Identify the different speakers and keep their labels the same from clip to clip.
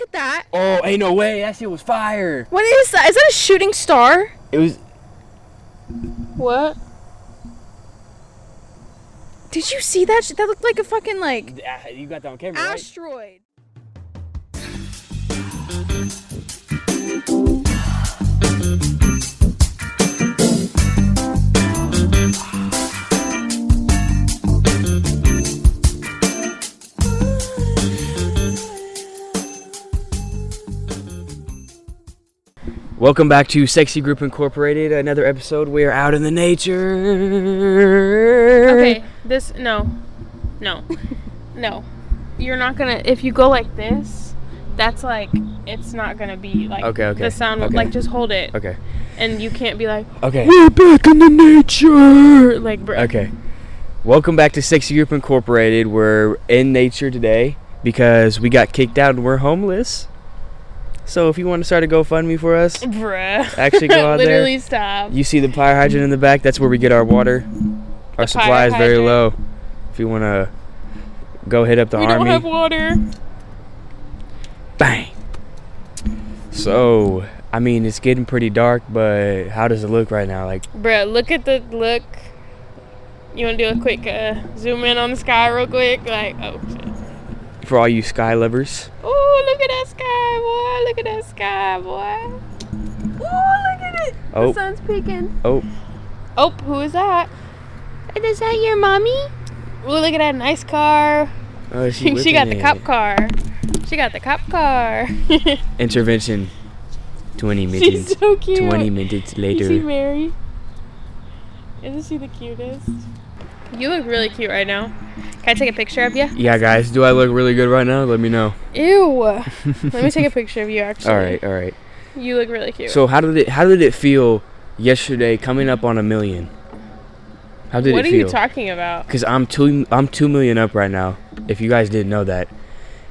Speaker 1: at that.
Speaker 2: Oh, ain't no way. That shit was fire.
Speaker 1: What is that? Is that a shooting star?
Speaker 2: It was.
Speaker 1: What? Did you see that? shit? That looked like a fucking like
Speaker 2: ah, You got that on camera, right?
Speaker 1: asteroid.
Speaker 2: Welcome back to Sexy Group Incorporated. Another episode. We are out in the nature.
Speaker 3: Okay, this no, no, no. You're not gonna if you go like this. That's like it's not gonna be like
Speaker 2: Okay, okay,
Speaker 3: the sound.
Speaker 2: okay.
Speaker 3: Like just hold it,
Speaker 2: Okay.
Speaker 3: and you can't be like
Speaker 2: Okay.
Speaker 3: we're back in the nature. Like bro,
Speaker 2: Okay. Welcome back to Sexy Group Incorporated. We're in nature today because we got kicked out and we're homeless. So if you want to start a GoFundMe for us,
Speaker 3: bruh.
Speaker 2: Actually, go out there.
Speaker 3: Literally stop.
Speaker 2: you see the fire hydrant in the back. That's where we get our water. Our
Speaker 3: The fire
Speaker 2: supply is very
Speaker 3: hydrant.
Speaker 2: low. If you want to go hit up the
Speaker 3: we
Speaker 2: army,
Speaker 3: don't have water.
Speaker 2: bang. So I mean, it's getting pretty dark, but how does it look right now? Like,
Speaker 3: Bruh, look at the look. You wanna do a quick uh, zoom in on the sky real quick? Like oh shit.
Speaker 2: for all you sky lovers,
Speaker 3: Ooh, look at that sky, boy. Look at that sky, boy. Ooh, look at it.
Speaker 2: Oh.
Speaker 3: The sun's peeking.
Speaker 2: Oh.
Speaker 3: Oh, who is that? Is that your mommy? Ooh, look at that nice car.
Speaker 2: oh,
Speaker 3: She,
Speaker 2: whipping
Speaker 3: got the
Speaker 2: it.
Speaker 3: cop car. She got the cop car.
Speaker 2: Intervention. Twenty minutes.
Speaker 3: She's so cute.
Speaker 2: 20 minutes
Speaker 3: You see
Speaker 2: later.
Speaker 3: Mary? Isn't she the cutest? You look really cute right now. Can I take a picture of you?
Speaker 2: Yeah, guys, do I look really good right now? Let me know.
Speaker 3: Ew. Let me take a picture of you actually.
Speaker 2: All right, all right.
Speaker 3: You look really cute.
Speaker 2: So how did it how did it feel yesterday coming up on a million? How did
Speaker 3: what are
Speaker 2: it
Speaker 3: you
Speaker 2: feel?
Speaker 3: talking about?
Speaker 2: Cuz I'm 2 I'm 2 million up right now. If you guys didn't know that.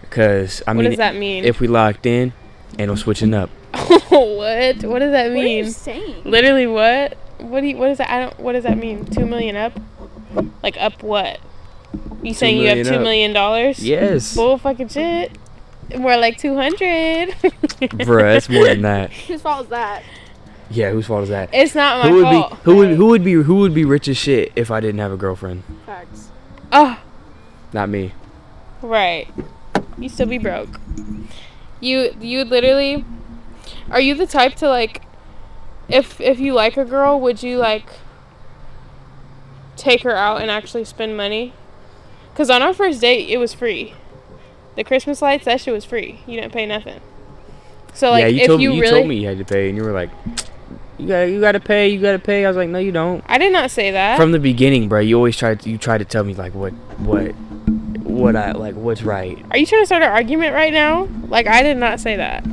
Speaker 2: Cuz I
Speaker 3: what
Speaker 2: mean
Speaker 3: does that mean?
Speaker 2: if we locked in and I'm switching up.
Speaker 3: what? What does that
Speaker 1: What are you
Speaker 3: mean?
Speaker 1: saying?
Speaker 3: Literally, what? What do you? What is that? I don't. What does that mean? Two million up? Like up what? You saying you have
Speaker 2: million
Speaker 3: two
Speaker 2: up.
Speaker 3: million dollars?
Speaker 2: Yes.
Speaker 3: Bull fucking shit. We're like two hundred.
Speaker 2: Bruh, it's more than that.
Speaker 1: Whose fault is that?
Speaker 2: Yeah, whose fault is that?
Speaker 3: It's not my
Speaker 2: Who would
Speaker 3: fault.
Speaker 2: be who would who would be who would be rich as shit if I didn't have a girlfriend?
Speaker 1: Facts.
Speaker 3: Oh,
Speaker 2: Not me.
Speaker 3: right. You still be broke. You you literally. Are you the type to like? If if you like a girl, would you like? Take her out and actually spend money? Cause on our first date, it was free. The Christmas lights, that shit was free. You didn't pay nothing. So like,
Speaker 2: yeah, you
Speaker 3: if
Speaker 2: told
Speaker 3: you,
Speaker 2: me you
Speaker 3: really,
Speaker 2: told me you had to pay and you were like you got you got to pay, you got to pay. I was like, "No, you don't."
Speaker 3: I did not say that.
Speaker 2: from the beginning, bro. You always try to you try to tell me like what what what I like what's right.
Speaker 3: Are you trying to start an argument right now? Like, I did not say that.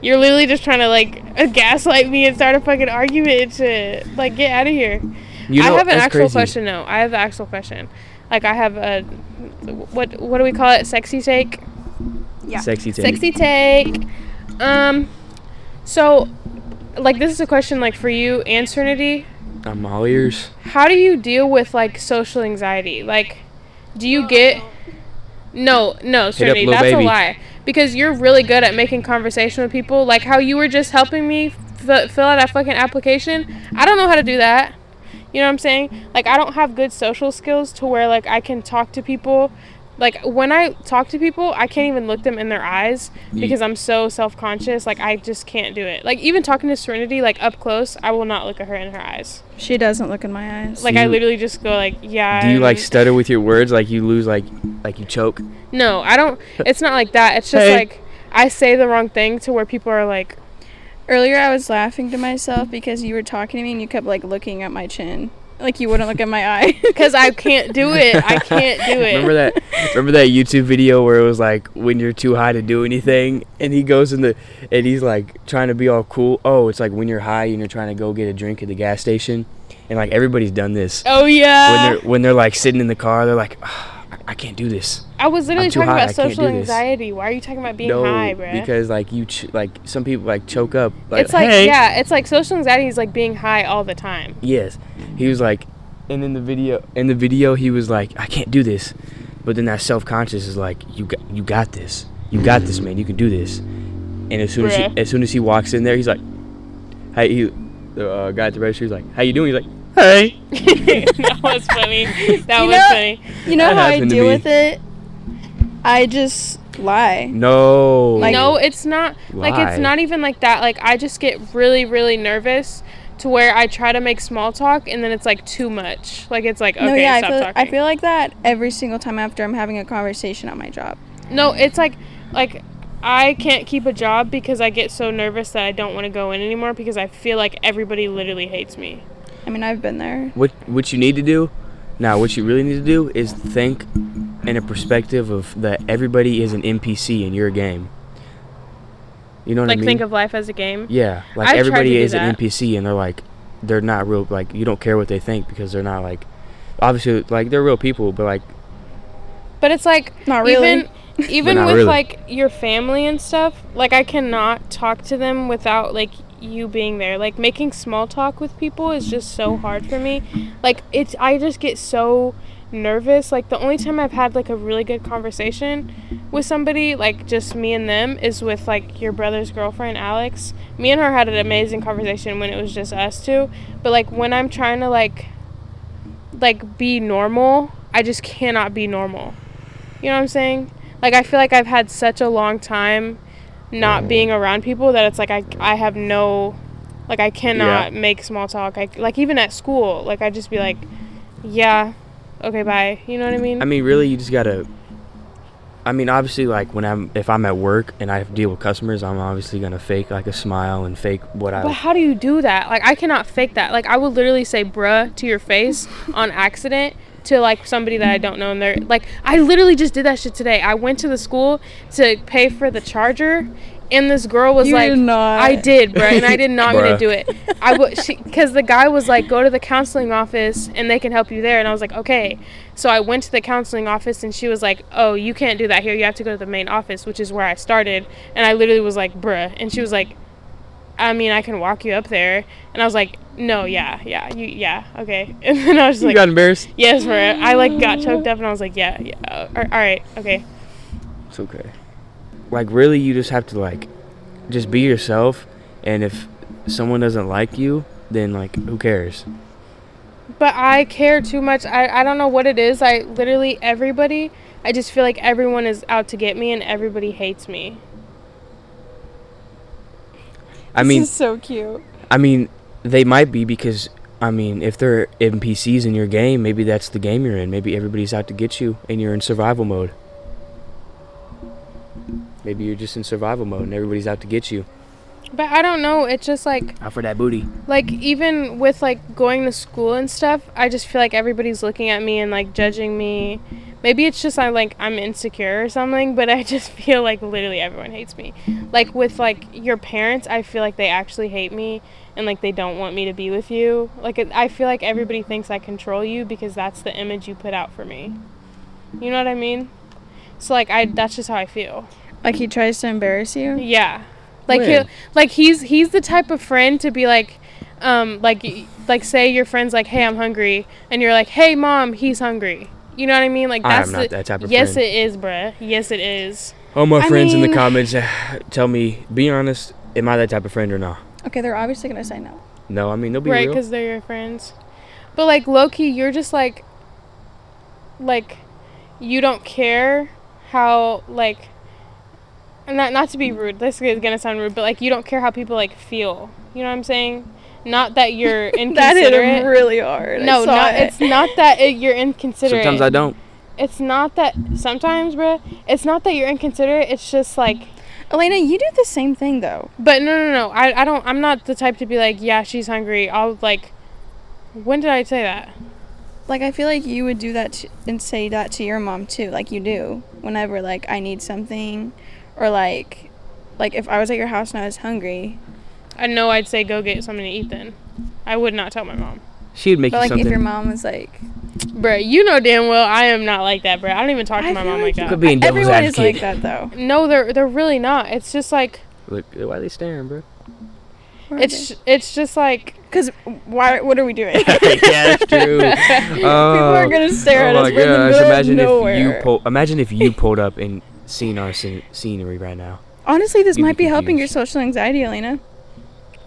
Speaker 3: You're literally just trying to like gaslight me and start a fucking argument and shit. Like, get out of here.
Speaker 2: You know,
Speaker 3: I have an
Speaker 2: that's
Speaker 3: actual
Speaker 2: crazy.
Speaker 3: question though. I have an actual question. Like, I have a what? What do we call it? Sexy take.
Speaker 1: Yeah.
Speaker 2: Sexy take.
Speaker 3: Sexy take. Um. So, like, this is a question like for you, Answernity.
Speaker 2: I'm all ears.
Speaker 3: How do you deal with like social anxiety? Like, do you get no, no, Serenity,
Speaker 2: Lil
Speaker 3: that's
Speaker 2: Baby.
Speaker 3: a lie. Because you're really good at making conversation with people. Like how you were just helping me f- fill out a fucking application. I don't know how to do that. You know what I'm saying? Like I don't have good social skills to where like I can talk to people. Like when I talk to people, I can't even look them in their eyes
Speaker 2: Ye-
Speaker 3: because I'm so self-conscious. Like I just can't do it. Like even talking to Serenity like up close, I will not look at her in her eyes.
Speaker 1: She doesn't look in my eyes.
Speaker 3: Like
Speaker 2: Do
Speaker 3: I
Speaker 2: you-
Speaker 3: literally just go like, yeah.
Speaker 2: Do you like
Speaker 3: and-
Speaker 2: stutter with your words? Like you lose like like you choke?
Speaker 3: No, I don't. It's not like that. It's just
Speaker 2: Hey.
Speaker 3: like I say the wrong thing to where people are like,
Speaker 1: Earlier, I was laughing to myself because you were talking to me and you kept like looking at my chin, like you wouldn't look at my eye.
Speaker 3: because I can't do it. I can't do it.
Speaker 2: remember that? Remember that YouTube video where it was like when you're too high to do anything, and he goes in the and he's like trying to be all cool. Oh, it's like when you're high and you're trying to go get a drink at the gas station, and like everybody's done this.
Speaker 3: Oh yeah.
Speaker 2: when they're when they're like sitting in the car, they're like, "Ah, I- I can't do this.
Speaker 3: I was literally
Speaker 2: I'm too
Speaker 3: talking
Speaker 2: high, I
Speaker 3: about
Speaker 2: can't
Speaker 3: social
Speaker 2: do this.
Speaker 3: anxiety. Why are you talking about being high, bruh?
Speaker 2: because like you ch- like some people like choke up. Like,
Speaker 3: it's like
Speaker 2: "Hey."
Speaker 3: yeah, it's like social anxiety is like being high all the time.
Speaker 2: Yes, he was like, and in the video, in the video, he was like, I can't do this, but then that self conscious is like, you got you got this. "You got this, man. You can do this." And as soon as he,
Speaker 3: Bruh.
Speaker 2: as soon as he walks in there, he's like, "Hey," he, the uh, guy at the register, he's like, "How you doing?" He's like, "Hey."
Speaker 3: that was funny. That
Speaker 1: You
Speaker 3: was
Speaker 1: know-
Speaker 3: funny.
Speaker 1: You know
Speaker 2: That
Speaker 1: how I
Speaker 2: happened to
Speaker 1: deal
Speaker 2: me.
Speaker 1: with it? I just lie.
Speaker 2: No.
Speaker 1: Like-
Speaker 3: no, it's not like
Speaker 2: Why?
Speaker 3: it's not even like that. Like I just get really, really nervous to where I try to make small talk and then it's like too much. Like it's like okay,
Speaker 1: no, yeah, I
Speaker 3: stop
Speaker 1: feel
Speaker 3: talking.
Speaker 1: I feel like that every single time after I'm having a conversation at my job.
Speaker 3: No, it's like like I can't keep a job because I get so nervous that I don't want to go in anymore because I feel like everybody literally hates me.
Speaker 1: I mean, I've been there.
Speaker 2: What what you need to do? Now, what you really need to do is think in a perspective of that everybody is an NPC in your game. You know what
Speaker 3: Like
Speaker 2: I mean?
Speaker 3: think of life as a game.
Speaker 2: Yeah, like
Speaker 3: I've tried to
Speaker 2: everybody
Speaker 3: do
Speaker 2: is an
Speaker 3: that.
Speaker 2: NPC, and they're like, they're not real. Like you don't care what they think because they're not like, obviously, like they're real people, but like
Speaker 3: But it's like
Speaker 1: Not really.
Speaker 3: even even
Speaker 2: not
Speaker 3: with
Speaker 2: really.
Speaker 3: like your family and stuff, like I cannot talk to them without like you being there. Like making small talk with people is just so hard for me. Like it's I just get so nervous. Like the only time I've had like a really good conversation with somebody, like just me and them, is with like your brother's girlfriend Alex. Me and her had an amazing conversation when it was just us two. But like when I'm trying to like like be normal, I just cannot be normal. You know what I'm saying? Like I feel like I've had such a long time not being around people that it's like I I have no like I cannot make small talk. I like even at school, like I just be like, yeah, okay, bye. You know what I mean?
Speaker 2: I mean, really, you just gotta. I mean, obviously, like when I'm if I'm at work and I have to deal with customers, I'm obviously gonna fake like a smile and fake what
Speaker 3: but
Speaker 2: I.
Speaker 3: how do you do that? Like I cannot fake that. Like I would literally say bruh to your face on accident to like somebody that I don't know and they're like I literally just did that shit today. I went to the school to pay for the charger and this girl was
Speaker 1: You
Speaker 3: like
Speaker 1: did not.
Speaker 3: I did, bruh, and I did not gonna
Speaker 2: Bruh.
Speaker 3: do it. I would because the guy was like, go to the counseling office and they can help you there. And I was like, okay. So I went to the counseling office and she was like, oh, you can't do that here. You have to go to the main office, which is where I started. And I literally was like, bruh. And she was like, I mean, I can walk you up there. And I was like, no, yeah, yeah, you, yeah, okay. And then I was just
Speaker 2: You
Speaker 3: like,
Speaker 2: got embarrassed.
Speaker 3: yes, bruh. I like got choked up and I was like, yeah, yeah, uh, all right, okay.
Speaker 2: It's okay. Like really, you just have to like, just be yourself, and if someone doesn't like you, then like who cares?
Speaker 3: But I care too much. I, I don't know what it is. I literally, everybody, I just feel like everyone is out to get me and everybody hates me.
Speaker 2: I mean,
Speaker 1: this is so cute.
Speaker 2: I mean, they might be because I mean, if they're NPCs in your game, maybe that's the game you're in. Maybe everybody's out to get you, and you're in survival mode. Maybe you're just in survival mode, and everybody's out to get you.
Speaker 3: But I don't know. It's just like,
Speaker 2: Out for that booty.
Speaker 3: like even with like going to school and stuff, I just feel like everybody's looking at me and like judging me. Maybe it's just I like I'm insecure or something, but I just feel like literally everyone hates me. Like with like your parents, I feel like they actually hate me and like they don't want me to be with you. Like it, I feel like everybody thinks I control you because that's the image you put out for me. You know what I mean? So like I that's just how I feel.
Speaker 1: Like he tries to embarrass you.
Speaker 3: Yeah. Like
Speaker 2: When?
Speaker 3: he'll like he's he's the type of friend to be like um like y- like say your friend's like, "Hey, I'm hungry." And you're like, "Hey, mom, he's hungry." You know what I mean? Like
Speaker 2: I
Speaker 3: that's
Speaker 2: am not
Speaker 3: the-
Speaker 2: that type of
Speaker 3: Yes,
Speaker 2: friend.
Speaker 3: it is, bruh. Yes, it is.
Speaker 2: All my
Speaker 1: I
Speaker 2: friends in
Speaker 1: mean-
Speaker 2: the comments, uh, tell me, be honest, am I that type of friend or not?
Speaker 1: Okay, they're obviously gonna say no.
Speaker 2: No, I mean they'll be
Speaker 3: right
Speaker 2: real.
Speaker 3: because they're your friends but like loki you're just like like you don't care how like and not not to be rude this is gonna sound rude but like you don't care how people like feel you know what i'm saying not that you're
Speaker 1: That hit him
Speaker 3: inconsiderate
Speaker 1: really hard.
Speaker 3: no
Speaker 1: I saw
Speaker 3: not
Speaker 1: it.
Speaker 3: it's not that it, you're inconsiderate
Speaker 2: Sometimes I don't.
Speaker 3: it's not that sometimes bruh it's not that you're inconsiderate it's just like
Speaker 1: Elena, you do the same thing though.
Speaker 3: but no, no, no. I, I don't. I'm not the type to be like, yeah, she's hungry. I'll like. When did I say that?
Speaker 1: Like I feel like you would do that to, and say that to your mom too. Like you do whenever like I need something, or like, like if I was at your house and I was hungry.
Speaker 3: I know I'd say go get something to eat then. I would not tell my mom.
Speaker 2: She would make
Speaker 1: But
Speaker 2: you
Speaker 1: like
Speaker 2: something.
Speaker 1: if your mom was like,
Speaker 3: Bruh, you know damn well I am not like that, bruh. I don't even talk to
Speaker 1: I
Speaker 3: my
Speaker 1: feel
Speaker 3: mom
Speaker 1: like
Speaker 3: like that.
Speaker 2: Could be in devil's
Speaker 1: everyone is like
Speaker 2: advocate.
Speaker 1: that though.
Speaker 3: No, they're they're really not. It's just like
Speaker 2: Look, why are they staring, bro?
Speaker 3: it's it's just like
Speaker 1: because why? What are we doing?
Speaker 2: yeah, that's true. Uh, oh
Speaker 1: People are gonna stare at us.
Speaker 2: my
Speaker 1: We're in the
Speaker 2: gosh,
Speaker 1: middle of
Speaker 2: imagine if you
Speaker 1: nowhere.
Speaker 2: pull, imagine if you pulled up and seeing our scen- scenery right now.
Speaker 1: Honestly, this
Speaker 2: You'd be
Speaker 1: might be helping your
Speaker 2: confused.
Speaker 1: social anxiety, Elena,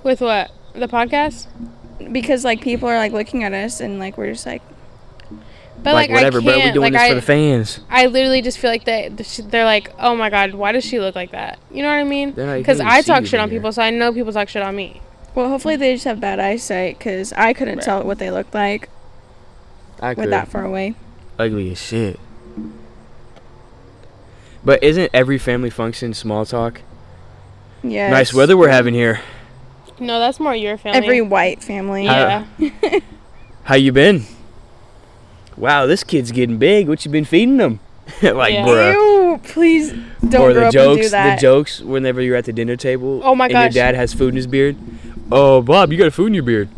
Speaker 3: With what? The podcast?
Speaker 1: because like people are like looking at us and like we're just like
Speaker 3: But
Speaker 2: like,
Speaker 3: like,
Speaker 2: whatever,
Speaker 3: I can't.
Speaker 2: bro. We doing
Speaker 3: like
Speaker 2: this
Speaker 3: I,
Speaker 2: for the fans.
Speaker 3: I literally just feel like they they're like, oh my god, why does she look like that? You know what I mean?
Speaker 2: They're not- you
Speaker 3: Because
Speaker 2: can't
Speaker 3: I
Speaker 2: even see
Speaker 3: talk
Speaker 2: it
Speaker 3: shit
Speaker 2: in
Speaker 3: on
Speaker 2: here.
Speaker 3: people, so I know people talk shit on me.
Speaker 1: Well, hopefully they just have bad eyesight because I couldn't
Speaker 3: Right.
Speaker 1: tell what they looked like
Speaker 2: I
Speaker 1: with
Speaker 2: could.
Speaker 1: that far away.
Speaker 2: Ugly as shit. But isn't every family function small talk?
Speaker 1: Yes.
Speaker 2: Nice weather we're having here.
Speaker 3: No, that's more your family.
Speaker 1: Every white family.
Speaker 3: yeah.
Speaker 2: How you been? Wow, this kid's getting big. What you been feeding him? like,
Speaker 3: Yeah.
Speaker 2: bruh.
Speaker 1: Ew, please don't grow
Speaker 2: or the
Speaker 1: up and do
Speaker 2: jokes, the
Speaker 1: that.
Speaker 2: jokes whenever you're at the dinner table.
Speaker 3: Oh my
Speaker 2: and
Speaker 3: gosh.
Speaker 2: your dad has food in his beard. Oh, Bob, you got food in your beard.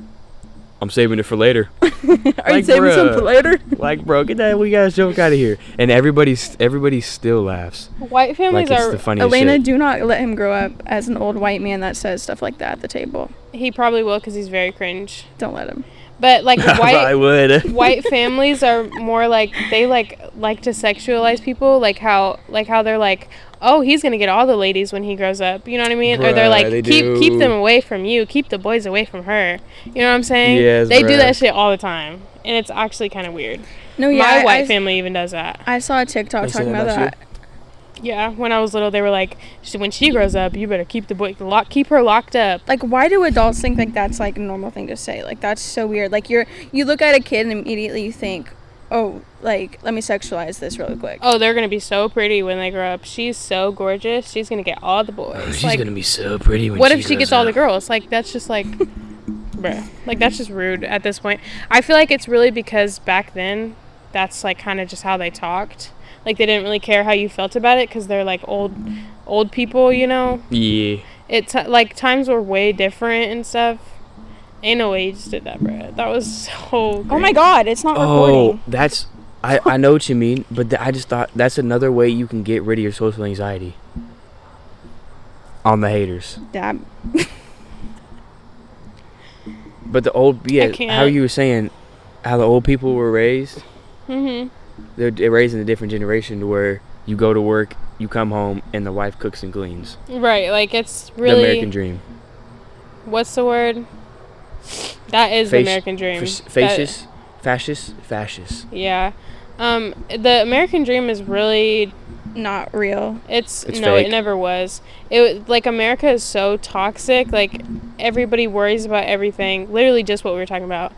Speaker 2: I'm saving it for later.
Speaker 1: Are you
Speaker 2: like,
Speaker 1: saving some
Speaker 2: bruh.
Speaker 1: for later?
Speaker 2: like, bro, get that we got joke out of here. And everybody's everybody still laughs.
Speaker 3: White
Speaker 2: Like
Speaker 3: families
Speaker 2: it's
Speaker 3: are.
Speaker 2: the funniest
Speaker 1: Elena,
Speaker 2: shit.
Speaker 1: do not let him grow up as an old white man that says stuff like that at the table.
Speaker 3: he probably will because he's very cringe.
Speaker 1: Don't let him.
Speaker 3: But like
Speaker 2: I
Speaker 3: white
Speaker 2: would.
Speaker 3: white families are more like they like like to sexualize people, like how like how they're like, oh, he's gonna get all the ladies when he grows up. You know what I mean? or they're
Speaker 2: Bruh,
Speaker 3: like,
Speaker 2: they
Speaker 3: keep keep
Speaker 2: do.
Speaker 3: them away from you, keep the boys away from her. You know what I'm saying?
Speaker 2: Yes,
Speaker 3: they do
Speaker 2: bruh.
Speaker 3: that shit all the time, and it's actually kind of weird.
Speaker 1: No, yeah.
Speaker 3: My
Speaker 1: I,
Speaker 3: white
Speaker 1: I,
Speaker 3: family even does that.
Speaker 1: I saw a TikTok
Speaker 2: They say
Speaker 1: talking
Speaker 2: that
Speaker 1: about
Speaker 2: about you?
Speaker 1: that.
Speaker 3: Yeah, when I was little, they were like, "She- when she grows up, you better keep the boy lock, keep her locked up.
Speaker 1: Like, why do adults think like that's like a normal thing to say? Like, that's so weird. Like, you're you look at a kid and immediately you think, oh, like let me sexualize this really quick.
Speaker 3: Oh, they're gonna be so pretty when they grow up. She's so gorgeous. She's gonna get all the boys.
Speaker 2: She's
Speaker 3: like,
Speaker 2: gonna be so pretty when
Speaker 3: what
Speaker 2: she
Speaker 3: if she
Speaker 2: grows
Speaker 3: gets all the
Speaker 2: up.
Speaker 3: girls? Like that's just like, bruh. Like that's just rude at this point. I feel like it's really because back then, that's like kind of just how they talked. Like they didn't really care how you felt about it because they're like old, old people. You know,
Speaker 2: Yeah.
Speaker 3: it's like times were way different and stuff. Ain't no way you just did that, bruh. That was so.
Speaker 1: Oh my
Speaker 3: cringe.
Speaker 1: god, it's not
Speaker 2: Oh,
Speaker 1: recording.
Speaker 2: that's I I know what you mean, but th- I just thought that's another way you can get rid of your social anxiety. On the haters,
Speaker 1: Dab.
Speaker 2: but the old yeah, how
Speaker 3: can't.
Speaker 2: you were saying, how the old people were raised.
Speaker 3: Mhm.
Speaker 2: They're d- raising a different generation to where you go to work, you come home, and the wife cooks and cleans.
Speaker 3: Right. Like it's
Speaker 2: The
Speaker 3: really.
Speaker 2: American dream.
Speaker 3: What's the word? That is the
Speaker 2: Faci-
Speaker 3: American dream.
Speaker 2: Fas-
Speaker 3: That-
Speaker 2: Fascist, fascist, fascist.
Speaker 3: yeah. Um, the American dream is really
Speaker 1: Not real.
Speaker 3: it's,
Speaker 2: It's
Speaker 3: no
Speaker 2: fake.
Speaker 3: it never was it wa- like america is so toxic like everybody worries about everything literally just what we were talking about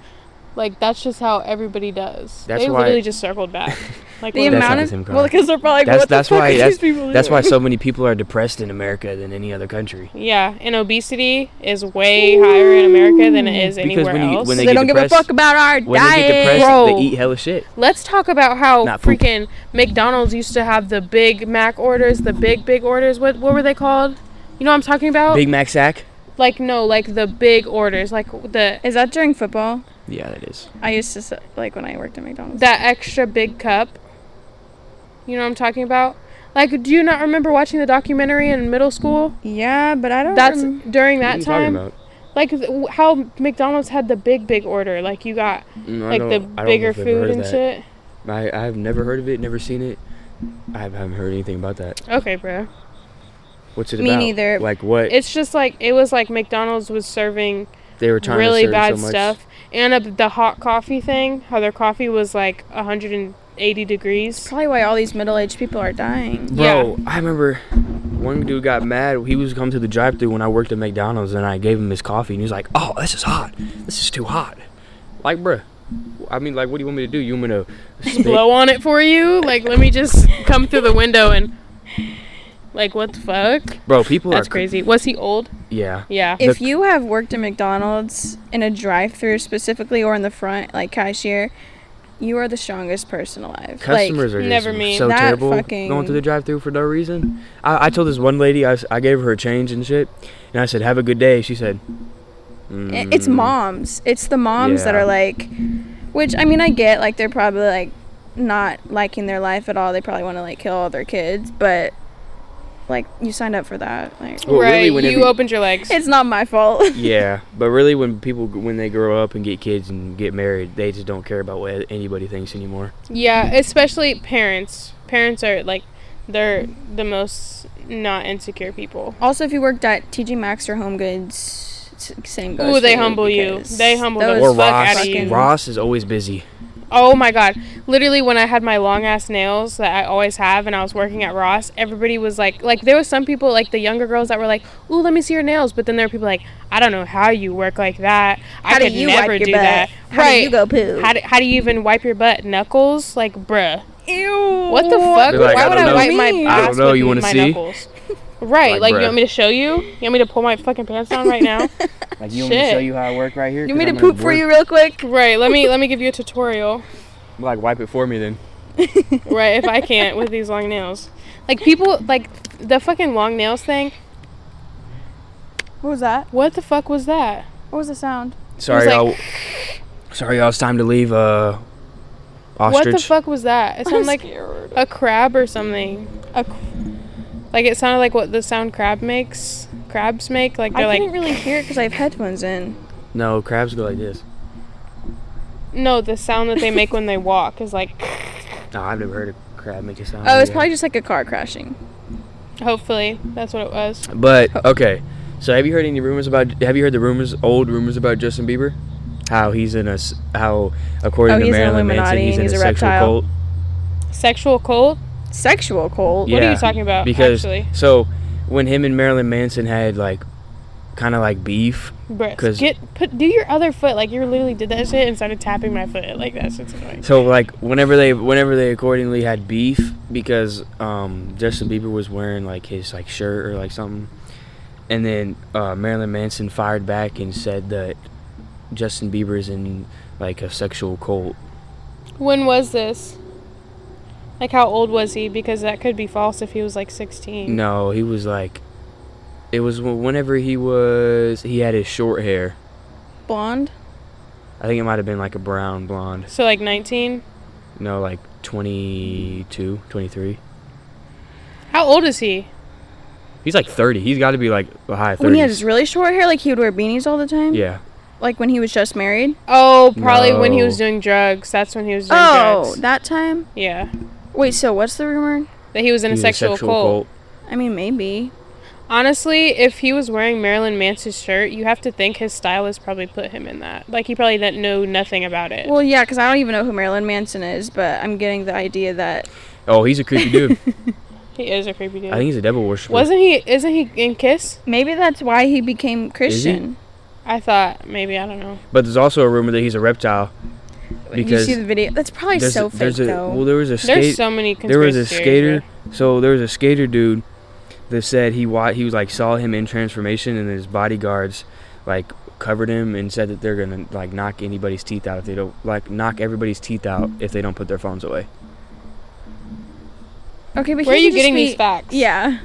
Speaker 3: like that's just how everybody does
Speaker 2: That's
Speaker 3: they
Speaker 2: why-
Speaker 3: literally just circled back like
Speaker 1: The
Speaker 3: we're-
Speaker 2: That's not
Speaker 1: amount
Speaker 2: the
Speaker 1: of
Speaker 2: same
Speaker 1: well,
Speaker 2: color.
Speaker 1: because they're probably like,
Speaker 2: That's
Speaker 1: what the
Speaker 2: that's
Speaker 1: fuck
Speaker 2: why
Speaker 1: are
Speaker 2: that's
Speaker 1: these people
Speaker 2: that's why
Speaker 1: doing?
Speaker 2: so many people are depressed in America than any other country.
Speaker 3: yeah and obesity is way higher in america than it is
Speaker 2: Because
Speaker 3: anywhere
Speaker 2: when you-
Speaker 3: else
Speaker 2: when
Speaker 1: they,
Speaker 2: they get
Speaker 1: don't give a
Speaker 2: depressed-
Speaker 1: fuck about our
Speaker 2: When
Speaker 1: diet.
Speaker 2: they get depressed,
Speaker 3: Bro.
Speaker 2: they eat hella shit.
Speaker 3: Let's talk about how
Speaker 2: Not poop.
Speaker 3: freaking McDonald's used to have the Big Mac orders, the big big orders. What what were they called? You know what I'm talking about?
Speaker 2: Big Mac sack.
Speaker 3: like no, like the big orders, like the
Speaker 1: Is that during football?
Speaker 2: Yeah, that is.
Speaker 1: I used to s- like when I worked at McDonald's.
Speaker 3: that extra big cup. You know what I'm talking about? Like, do you not remember watching the documentary in middle school?
Speaker 1: yeah, but I don't.
Speaker 3: That's
Speaker 1: rem-
Speaker 3: during
Speaker 2: what
Speaker 3: that
Speaker 2: are you talking
Speaker 3: time.
Speaker 2: about?
Speaker 3: Like th- w- how McDonald's had the big big order. Like you got
Speaker 2: Mm, I
Speaker 3: like
Speaker 2: don't-
Speaker 3: the
Speaker 2: I don't know
Speaker 3: bigger
Speaker 2: if I've ever
Speaker 3: food
Speaker 2: heard
Speaker 3: and
Speaker 2: that.
Speaker 3: shit.
Speaker 2: I I've never heard of it, never seen it. I haven't heard anything about that.
Speaker 3: Okay, bro.
Speaker 2: What's it
Speaker 1: Me
Speaker 2: about?
Speaker 1: neither.
Speaker 2: Like what
Speaker 3: It's just like it was like McDonald's was serving
Speaker 2: they were trying
Speaker 3: really
Speaker 2: to serve
Speaker 3: bad
Speaker 2: so much.
Speaker 3: stuff. And uh, the hot coffee thing, how their coffee was like 180 degrees.
Speaker 1: probably why all these middle-aged people are dying.
Speaker 2: Bro, I remember one dude got mad. He was coming to the drive through when I worked at McDonald's and I gave him his coffee and he was like, Oh, this is hot. This is too hot. Like, bruh. I mean, like, what do you want me to do? You want me to spit?
Speaker 3: Blow on it for you? Like, let me just come through the window and. Like, what the fuck?
Speaker 2: Bro, people
Speaker 3: That's
Speaker 2: are.
Speaker 3: crazy. Was he old?
Speaker 2: Yeah.
Speaker 3: Yeah.
Speaker 1: If you have worked at McDonald's in a drive-through specifically or in the front, like cashier, you are the strongest person alive.
Speaker 2: Customers are just
Speaker 3: never mean.
Speaker 2: so
Speaker 1: That
Speaker 2: terrible
Speaker 1: fucking-
Speaker 2: going through the drive through for no reason. I, I told this one lady, I, s- I gave her a change and shit, and I said, Have a good day. She said,
Speaker 1: Like, i- it's
Speaker 2: "Mm."
Speaker 1: moms. It's the moms that
Speaker 2: Yeah.
Speaker 1: are like, which I mean, I get like they're probably like not liking their life at all. They probably want to like kill all their kids, but like you signed up for that. Like,
Speaker 2: Well,
Speaker 3: right,
Speaker 2: really, whenever
Speaker 3: you
Speaker 2: you-
Speaker 3: opened your legs.
Speaker 1: it's not my fault.
Speaker 2: Yeah, but really, when people when they grow up and get kids and get married, they just don't care about what anybody thinks anymore.
Speaker 3: Yeah, especially parents. Parents are like, they're the most not insecure people.
Speaker 1: Also, if you worked at TJ Maxx or Home Goods, s- same goes.
Speaker 3: Ooh, they
Speaker 1: for you
Speaker 3: humble you.
Speaker 1: because
Speaker 3: They humble
Speaker 1: those
Speaker 3: the
Speaker 2: Or
Speaker 3: fuck outta
Speaker 2: Ross.
Speaker 1: fucking-
Speaker 3: you.
Speaker 2: Ross is always busy.
Speaker 3: Oh my god. Literally when I had my long ass nails that I always have and I was working at Ross, everybody was like like there was some people like the younger girls that were like, "Ooh, let me see your nails." But then there were people like, "I don't know how you work like that. I
Speaker 1: How
Speaker 3: could
Speaker 1: do you
Speaker 3: never
Speaker 1: wipe your
Speaker 3: do
Speaker 1: butt?
Speaker 3: that."
Speaker 1: How
Speaker 3: right.
Speaker 1: do you go poo?
Speaker 3: How do, how do you even wipe your butt? Knuckles? Like, bruh.
Speaker 1: Ew.
Speaker 3: What the fuck?
Speaker 2: They're like,
Speaker 3: Why
Speaker 2: "I
Speaker 3: would
Speaker 2: don't
Speaker 3: I
Speaker 2: know.
Speaker 3: wipe my
Speaker 1: Me.
Speaker 2: I
Speaker 3: ass
Speaker 2: don't know.
Speaker 3: with
Speaker 2: You wanna
Speaker 3: my
Speaker 2: see?
Speaker 3: knuckles? Right.
Speaker 2: Like,
Speaker 3: Like, you
Speaker 2: bruh.
Speaker 3: want me to show you? You want me to pull my fucking pants down right now?
Speaker 2: Like
Speaker 3: you want me to Shit. show you
Speaker 2: how I work right here?
Speaker 1: You want me to poop for you real quick?
Speaker 3: right. Let me let me give you a tutorial.
Speaker 2: Like wipe it for me then.
Speaker 3: right if i can't with these long nails like people like the fucking long nails thing
Speaker 1: What was that?
Speaker 3: what the fuck was that
Speaker 1: What was the sound?
Speaker 2: Sorry,
Speaker 3: like-
Speaker 2: y'all. Sorry, y'all. It's time to leave. Uh, ostrich.
Speaker 3: what the fuck was that it sounded like
Speaker 1: scared.
Speaker 3: a crab or something
Speaker 1: A cr-
Speaker 3: like it sounded like what the sound crab makes crabs make like
Speaker 1: I
Speaker 3: they're like
Speaker 1: couldn't really hear it because I have headphones in.
Speaker 2: No, crabs go like this.
Speaker 3: no the sound that they make when they walk is like
Speaker 2: No, I've never heard a crab make a sound.
Speaker 1: Oh,
Speaker 2: like
Speaker 1: it's
Speaker 2: that.
Speaker 1: probably just like a car crashing.
Speaker 3: hopefully that's what it was
Speaker 2: But
Speaker 1: Oh.
Speaker 2: okay, so have you heard any rumors about? Have you heard the rumors, old rumors about Justin Bieber? How he's in a s- how according
Speaker 1: Oh,
Speaker 2: to
Speaker 1: he's an
Speaker 2: Marilyn Manson,
Speaker 1: Illuminati
Speaker 2: he's in
Speaker 1: and
Speaker 2: a,
Speaker 1: he's a
Speaker 2: sexual
Speaker 1: reptile.
Speaker 2: cult.
Speaker 3: sexual cult
Speaker 1: Sexual cult.
Speaker 3: What are you talking about,
Speaker 2: Because
Speaker 3: actually?
Speaker 2: so when him and Marilyn Manson had like kind of like beef,
Speaker 3: Brits.
Speaker 2: 'Cause-
Speaker 3: get put do your other foot like you literally did that shit and started tapping my foot like that shit's annoying
Speaker 2: So like whenever they whenever they accordingly had beef because um, Justin Bieber was wearing like his like shirt or like something, and then uh, Marilyn Manson fired back and said that Justin Bieber is in like a sexual cult.
Speaker 3: When was this? Like, how old was he? Because that could be false if he was like 16.
Speaker 2: No, he was like, it was wh- whenever he was he had his short hair.
Speaker 1: Blonde.
Speaker 2: I think it might have been like a brown blonde.
Speaker 3: So, like 19?
Speaker 2: No, like 22, 23.
Speaker 3: How old is he?
Speaker 2: He's like 30. He's got to be like a high 30s.
Speaker 1: When he had his really short hair, like he would wear beanies all the time.
Speaker 2: yeah.
Speaker 1: Like when he was just married.
Speaker 3: Oh, probably when he was
Speaker 2: No.
Speaker 3: doing drugs. That's when he was doing
Speaker 1: Oh,
Speaker 3: drugs.
Speaker 1: that time.
Speaker 3: yeah.
Speaker 1: Wait, so what's the rumor?
Speaker 3: That he was in
Speaker 2: He's
Speaker 3: a sexual, cult.
Speaker 1: I mean, maybe.
Speaker 3: Honestly, if he was wearing Marilyn Manson's shirt, you have to think his stylist probably put him in that. Like, he probably didn't know nothing about it.
Speaker 1: Well, yeah, because I don't even know who Marilyn Manson is, but I'm getting the idea that
Speaker 2: Oh, he's a creepy dude.
Speaker 3: he is a creepy dude.
Speaker 2: I think he's a devil worshiper.
Speaker 3: Wasn't he? Isn't he in Kiss?
Speaker 1: maybe that's why he became Christian.
Speaker 3: I thought maybe. I don't know.
Speaker 2: But there's also a rumor that he's a reptile.
Speaker 1: Did you
Speaker 2: Because
Speaker 1: see the video? That's probably
Speaker 2: there's,
Speaker 1: so fake,
Speaker 2: there's a
Speaker 1: though.
Speaker 2: well, there was a skate,
Speaker 3: There's so many conspiracy
Speaker 2: there was a
Speaker 3: theories,
Speaker 2: skater.
Speaker 3: right?
Speaker 2: So there was a skater dude that said he wa- he was like saw him in transformation and his bodyguards like covered him and said that they're gonna like knock anybody's teeth out if they don't like knock everybody's teeth out if they don't put their phones away.
Speaker 1: okay, but
Speaker 3: Where are
Speaker 1: he
Speaker 3: you
Speaker 1: could just
Speaker 3: getting
Speaker 1: be-
Speaker 3: these facts?
Speaker 1: Yeah,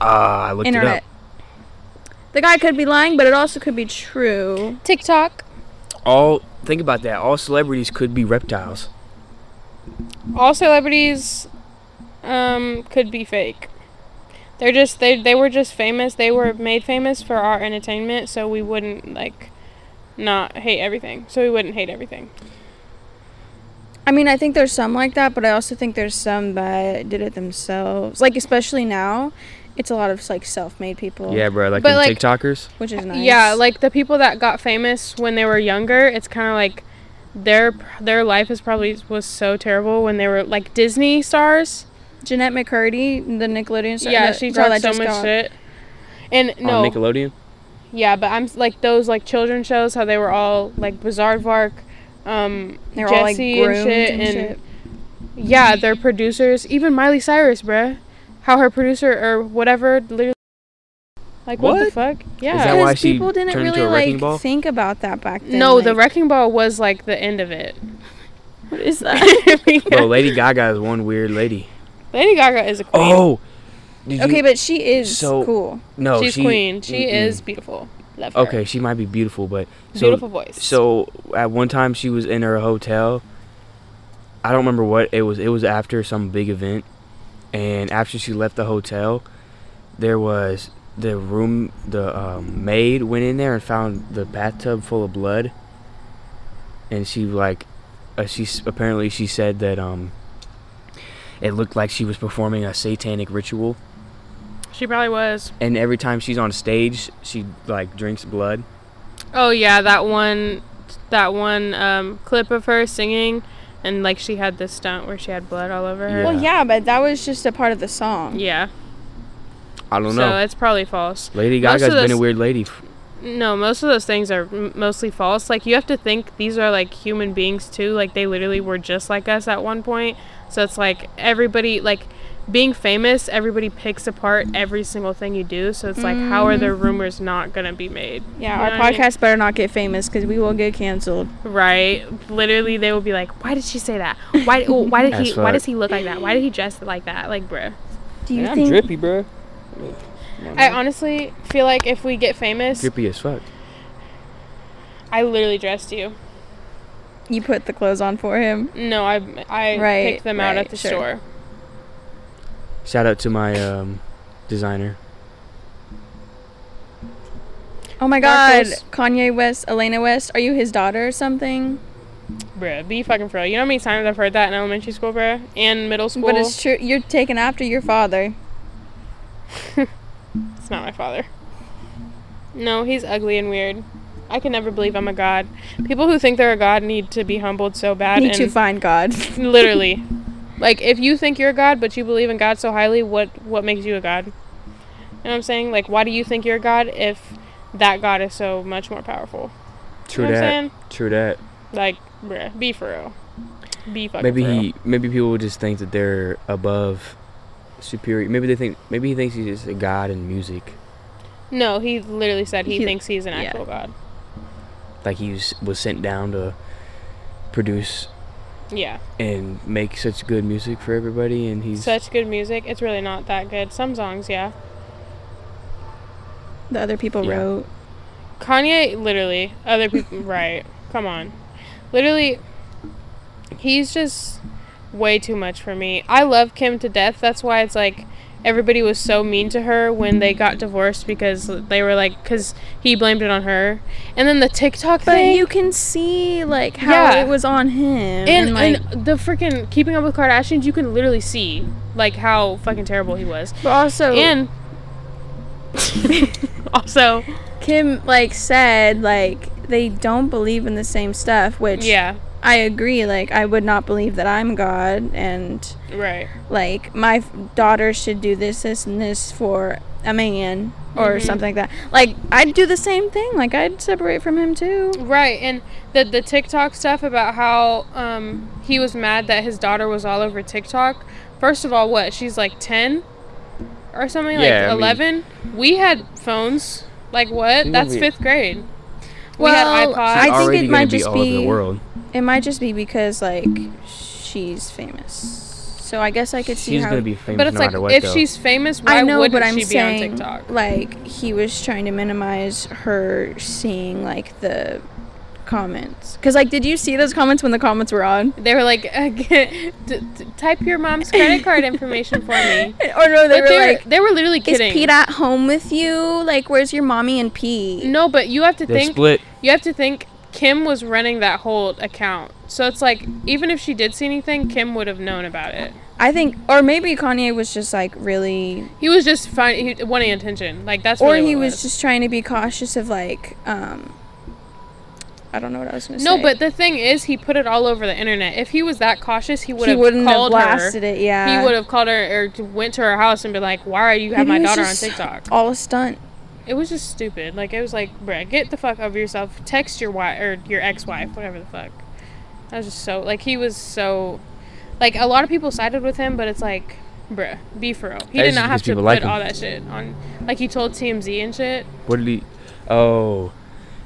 Speaker 2: Ah, I looked
Speaker 1: internet. The guy could be lying, but it also could be true.
Speaker 3: TikTok.
Speaker 2: it up. All think about that. All celebrities could be reptiles.
Speaker 3: all celebrities um, could be fake. They're just they they were just famous. They were made famous for our entertainment, so we wouldn't like not hate everything. So we wouldn't hate everything.
Speaker 1: I mean, I think there's some like that, but I also think there's some that did it themselves. Like especially now, it's a lot of like self-made people.
Speaker 2: Yeah, bro. Like
Speaker 3: But,
Speaker 2: them
Speaker 3: like-
Speaker 2: TikTokers.
Speaker 1: which is nice.
Speaker 3: Yeah, like the people that got famous when they were younger, it's kind of like their their life is probably was so terrible when they were like Disney stars.
Speaker 1: Jeanette McCurdy, the Nickelodeon star.
Speaker 3: yeah,
Speaker 1: the
Speaker 3: she
Speaker 1: girl
Speaker 3: talked so
Speaker 1: just
Speaker 3: much
Speaker 1: got-
Speaker 3: shit. And no,
Speaker 2: On Oh, Nickelodeon.
Speaker 3: Yeah, but I'm s- like those like children shows how they were all like Bizarre Vark, um,
Speaker 1: They're all like
Speaker 3: Jesse and
Speaker 1: groomed
Speaker 3: shit,
Speaker 1: and
Speaker 3: and-
Speaker 1: shit.
Speaker 3: yeah, their producers, even Miley Cyrus, bruh, how her producer or whatever, literally, like what, the
Speaker 2: What?
Speaker 3: fuck? Yeah.
Speaker 2: Is that why
Speaker 1: Because
Speaker 2: she
Speaker 1: people didn't
Speaker 2: turned into
Speaker 1: really
Speaker 2: a wrecking
Speaker 1: like
Speaker 2: ball?
Speaker 1: think about that back then.
Speaker 3: no,
Speaker 1: like,
Speaker 3: the wrecking ball was like the end of it.
Speaker 1: What is that?
Speaker 2: Bro, Lady Gaga is one weird lady.
Speaker 3: Lady Gaga is a queen.
Speaker 2: Oh. Did you-
Speaker 1: okay, but she is
Speaker 2: So-
Speaker 1: cool.
Speaker 2: no,
Speaker 3: she's
Speaker 2: she-
Speaker 3: queen. She
Speaker 2: mm-mm.
Speaker 3: is beautiful. Love her.
Speaker 2: Okay, she might be beautiful, but so,
Speaker 3: beautiful voice.
Speaker 2: So at one time she was in her hotel. I don't remember what it was. It was after some big event, and after she left the hotel, there was the room. The um, maid went in there and found the bathtub full of blood, and she like, uh, she s- apparently she said that um, it looked like she was performing a satanic ritual.
Speaker 3: She probably was.
Speaker 2: And every time she's on stage, she like drinks blood.
Speaker 3: Oh yeah, that one, that one um, clip of her singing, and like she had this stunt where she had blood all over her.
Speaker 2: Yeah.
Speaker 1: Well, yeah, but that was just a part of the song.
Speaker 3: Yeah.
Speaker 2: I don't
Speaker 3: So
Speaker 2: know.
Speaker 3: it's probably false.
Speaker 2: Lady
Speaker 3: most of
Speaker 2: Gaga's been a
Speaker 3: those-
Speaker 2: weird lady. f-
Speaker 3: No, most of those things are m- mostly false. Like you have to think these are like human beings too. Like they literally were just like us at one point. So it's like everybody like being famous, everybody picks apart every single thing you do. So it's like how are the rumors not going to be made?
Speaker 1: Yeah,
Speaker 3: You
Speaker 1: our
Speaker 3: know what I mean?
Speaker 1: podcast better not get famous because we will get canceled.
Speaker 3: Right. Literally they will be like, "Why did she say that? Why oh, why did he
Speaker 2: That's
Speaker 3: why
Speaker 2: right.
Speaker 3: does he look like that? Why did he dress like that?" Like, bruh.
Speaker 1: Do you
Speaker 2: Man,
Speaker 1: think?
Speaker 2: bro.
Speaker 3: I honestly feel like if we get famous,
Speaker 2: Drippy as fuck.
Speaker 3: I literally dressed you.
Speaker 1: You put the clothes on for him.
Speaker 3: No, I I
Speaker 1: Right,
Speaker 3: picked them out
Speaker 1: right,
Speaker 3: at the
Speaker 1: sure.
Speaker 3: store.
Speaker 2: Shout out to my um, designer.
Speaker 1: Oh my God,
Speaker 3: Marcus.
Speaker 1: Kanye West, Elena West, are you his daughter or something?
Speaker 3: Bruh, be fucking for real. You know how many times I've heard that in elementary school, bruh? And middle school.
Speaker 1: But it's true. You're taken after your father.
Speaker 3: It's not my father. No, he's ugly and weird. I can never believe I'm a god. People who think they're a god need to be humbled so bad.
Speaker 1: Need to
Speaker 3: and
Speaker 1: find God.
Speaker 3: literally. Like if you think you're a god but you believe in God so highly, what what makes you a god? You know what I'm saying? Like why do you think you're a god if that god is so much more powerful?
Speaker 2: True
Speaker 3: you know what
Speaker 2: that.
Speaker 3: I'm saying?
Speaker 2: True that.
Speaker 3: Like, bruh, be for real. Be fucking
Speaker 2: Maybe
Speaker 3: for real.
Speaker 2: he. Maybe people just think that they're above, superior. Maybe they think. Maybe he thinks he's just a god in music.
Speaker 3: No, he literally said he,
Speaker 1: He-
Speaker 3: thinks he's an
Speaker 1: yeah.
Speaker 3: actual god.
Speaker 2: Like he was, was sent down to produce
Speaker 3: Yeah.
Speaker 2: and make such good music for everybody, and he's
Speaker 3: such good music. It's really not that good. Some songs, yeah.
Speaker 1: The other people
Speaker 2: Yeah.
Speaker 1: wrote.
Speaker 3: Kanye, literally, other people, right? Come on, literally, he's just way too much for me. I love Kim to death. That's why it's like everybody was so mean to her when they got divorced because they were like, because he blamed it on her. And then the TikTok
Speaker 1: But
Speaker 3: thing.
Speaker 1: you can see like how
Speaker 3: Yeah.
Speaker 1: it was on him.
Speaker 3: and,
Speaker 1: like,
Speaker 3: and the freaking keeping up with Kardashians, you can literally see like how fucking terrible he was.
Speaker 1: but also
Speaker 3: And also,
Speaker 1: Kim like said like they don't believe in the same stuff, which
Speaker 3: yeah,
Speaker 1: I agree. Like I would not believe that I'm God and
Speaker 3: right.
Speaker 1: like my f- daughter should do this, this, and this for a man or
Speaker 3: Mm-hmm.
Speaker 1: something like that. Like I'd do the same thing. Like I'd separate from him too.
Speaker 3: Right, and the the TikTok stuff about how um, he was mad that his daughter was all over TikTok. First of all, what she's like ten or something,
Speaker 2: Yeah, I
Speaker 3: like
Speaker 2: mean-
Speaker 3: eleven. we had phones. Like what?
Speaker 2: She
Speaker 3: That's
Speaker 2: might be-
Speaker 3: fifth grade.
Speaker 1: Well,
Speaker 3: we had iPods.
Speaker 1: I- think
Speaker 2: already
Speaker 1: it
Speaker 2: gonna
Speaker 1: might
Speaker 2: be
Speaker 1: just
Speaker 2: all over the
Speaker 1: be-
Speaker 2: world.
Speaker 1: It might just be because like she's famous. So I guess I could see
Speaker 2: She's
Speaker 1: how
Speaker 2: gonna be famous
Speaker 3: but it's
Speaker 2: no
Speaker 3: like
Speaker 2: matter what.
Speaker 3: if
Speaker 2: though.
Speaker 3: she's famous, why
Speaker 1: I know,
Speaker 3: wouldn't
Speaker 1: but I'm
Speaker 3: she be
Speaker 1: saying
Speaker 3: on TikTok?
Speaker 1: like he was trying to minimize her seeing like the comments. Cause like, did you see those comments when the comments were on?
Speaker 3: They were like, "D- d- type your mom's credit card information for me.
Speaker 1: Or no, they were
Speaker 3: But they were,
Speaker 1: like,
Speaker 3: they were literally
Speaker 1: "Is
Speaker 3: kidding.
Speaker 1: Pete at home with you? Like, where's your mommy and Pete?"
Speaker 3: no, but you have to
Speaker 2: they
Speaker 3: think.
Speaker 2: split.
Speaker 3: you have to think Kim was running that whole account. So it's like even if she did see anything, Kim would have known about it.
Speaker 1: I think, or maybe Kanye was just like really,
Speaker 3: He was just fine. He wanting attention. Like that's.
Speaker 1: or
Speaker 3: really what
Speaker 1: he
Speaker 3: it
Speaker 1: was just trying to be cautious of like, um, I don't know what I was gonna say.
Speaker 3: No, but the thing is, he put it all over the internet. If he was that cautious, he would
Speaker 1: he
Speaker 3: have
Speaker 1: wouldn't have
Speaker 3: called
Speaker 1: blasted
Speaker 3: her.
Speaker 1: it. Yeah,
Speaker 3: He would have called her or t- went to her house and been like, "Why are you have
Speaker 1: Maybe
Speaker 3: my
Speaker 1: it was
Speaker 3: daughter on
Speaker 1: just
Speaker 3: TikTok?"
Speaker 1: All a stunt.
Speaker 3: It was just stupid. Like it was like, bruh, get the fuck over yourself. Text your wife or your ex-wife, whatever the fuck. I was just so like he was so, like a lot of people sided with him, but it's like, bruh, be for real. He
Speaker 2: That's
Speaker 3: did
Speaker 2: just
Speaker 3: not have
Speaker 2: because
Speaker 3: to
Speaker 2: people
Speaker 3: put
Speaker 2: like him.
Speaker 3: all that shit on. Like he told TMZ and shit.
Speaker 2: What did he? Oh,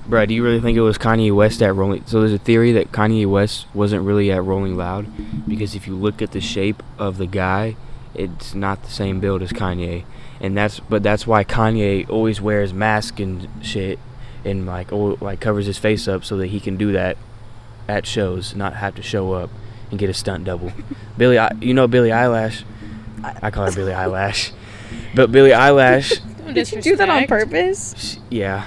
Speaker 2: bruh, do you really think it was Kanye West at Rolling? So there's a theory that Kanye West wasn't really at Rolling Loud because if you look at the shape of the guy, it's not the same build as Kanye, and that's but that's why Kanye always wears mask and shit, and like oh like covers his face up so that he can do that at shows, not have to show up and get a stunt double. Billy, you know Billy Eyelash, I call her Billy Eyelash, but Billy Eyelash,
Speaker 3: Don't
Speaker 1: Did you do that on
Speaker 3: disrespect.
Speaker 1: purpose?
Speaker 2: she- yeah.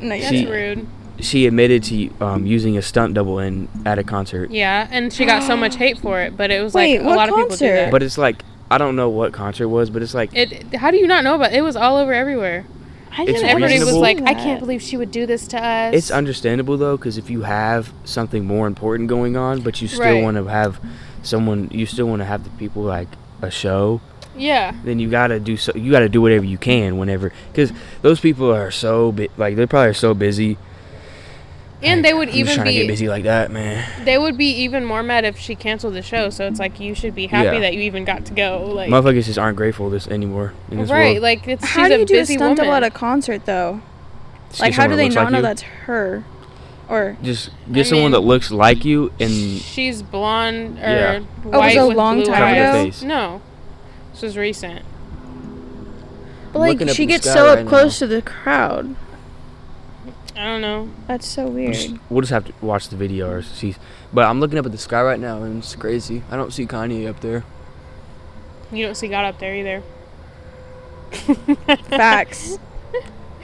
Speaker 1: No, you
Speaker 3: That's
Speaker 2: She-
Speaker 1: didn't.
Speaker 3: rude.
Speaker 2: she admitted to um, using a stunt double in at a concert.
Speaker 3: Yeah, and she got so much hate for it, but it was
Speaker 1: Wait,
Speaker 3: like a
Speaker 1: what
Speaker 3: lot of people do
Speaker 1: concert?
Speaker 3: that.
Speaker 2: But it's like I don't know what concert it was, but it's like
Speaker 3: it, how do you not know about it? It was all over everywhere.
Speaker 1: I
Speaker 2: It's
Speaker 1: didn't
Speaker 3: and everybody was
Speaker 2: reasonable.
Speaker 3: like,
Speaker 1: see
Speaker 3: I
Speaker 1: that.
Speaker 3: can't believe she would do this to us.
Speaker 2: it's understandable though because if you have something more important going on, but you still
Speaker 3: Right.
Speaker 2: want to have someone, you still want to have the people like a show.
Speaker 3: yeah.
Speaker 2: Then you gotta do so. You gotta do whatever you can whenever because those people are so bu- like they probably are so busy.
Speaker 3: And they would
Speaker 2: I'm just
Speaker 3: even
Speaker 2: trying to get
Speaker 3: be
Speaker 2: busy like that, man.
Speaker 3: they would be even more mad if she canceled the show. So it's like you should be happy
Speaker 2: Yeah.
Speaker 3: that you even got to go. Like
Speaker 2: Motherfuckers just aren't grateful this anymore in this
Speaker 3: right,
Speaker 2: world.
Speaker 3: like it's she's
Speaker 1: How do
Speaker 3: a
Speaker 1: you do a
Speaker 3: busy
Speaker 1: stunt double
Speaker 3: woman.
Speaker 1: at a concert though?
Speaker 2: Just
Speaker 1: Like,
Speaker 2: get
Speaker 1: how do
Speaker 2: someone that
Speaker 1: they
Speaker 2: looks
Speaker 1: not
Speaker 2: like
Speaker 1: know
Speaker 2: you.
Speaker 1: that's her? Or
Speaker 2: Just get someone that
Speaker 3: mean-
Speaker 2: looks like you and
Speaker 3: she's blonde or
Speaker 2: Yeah.
Speaker 3: white
Speaker 1: Oh, it was a
Speaker 3: with
Speaker 1: long
Speaker 3: blue
Speaker 1: time
Speaker 2: Cover the
Speaker 3: eyes.
Speaker 2: face.
Speaker 3: No, this was recent.
Speaker 1: but
Speaker 2: looking
Speaker 1: like
Speaker 2: up
Speaker 1: she
Speaker 2: in the
Speaker 1: gets
Speaker 2: sky
Speaker 1: so
Speaker 2: right
Speaker 1: up close to the crowd.
Speaker 3: I don't know.
Speaker 1: That's so
Speaker 2: We'll
Speaker 1: weird.
Speaker 2: just, we'll just have to watch the video or see. But I'm looking up at the sky right now, and it's crazy. I don't see Kanye up there.
Speaker 3: You don't see God up there either.
Speaker 1: Facts.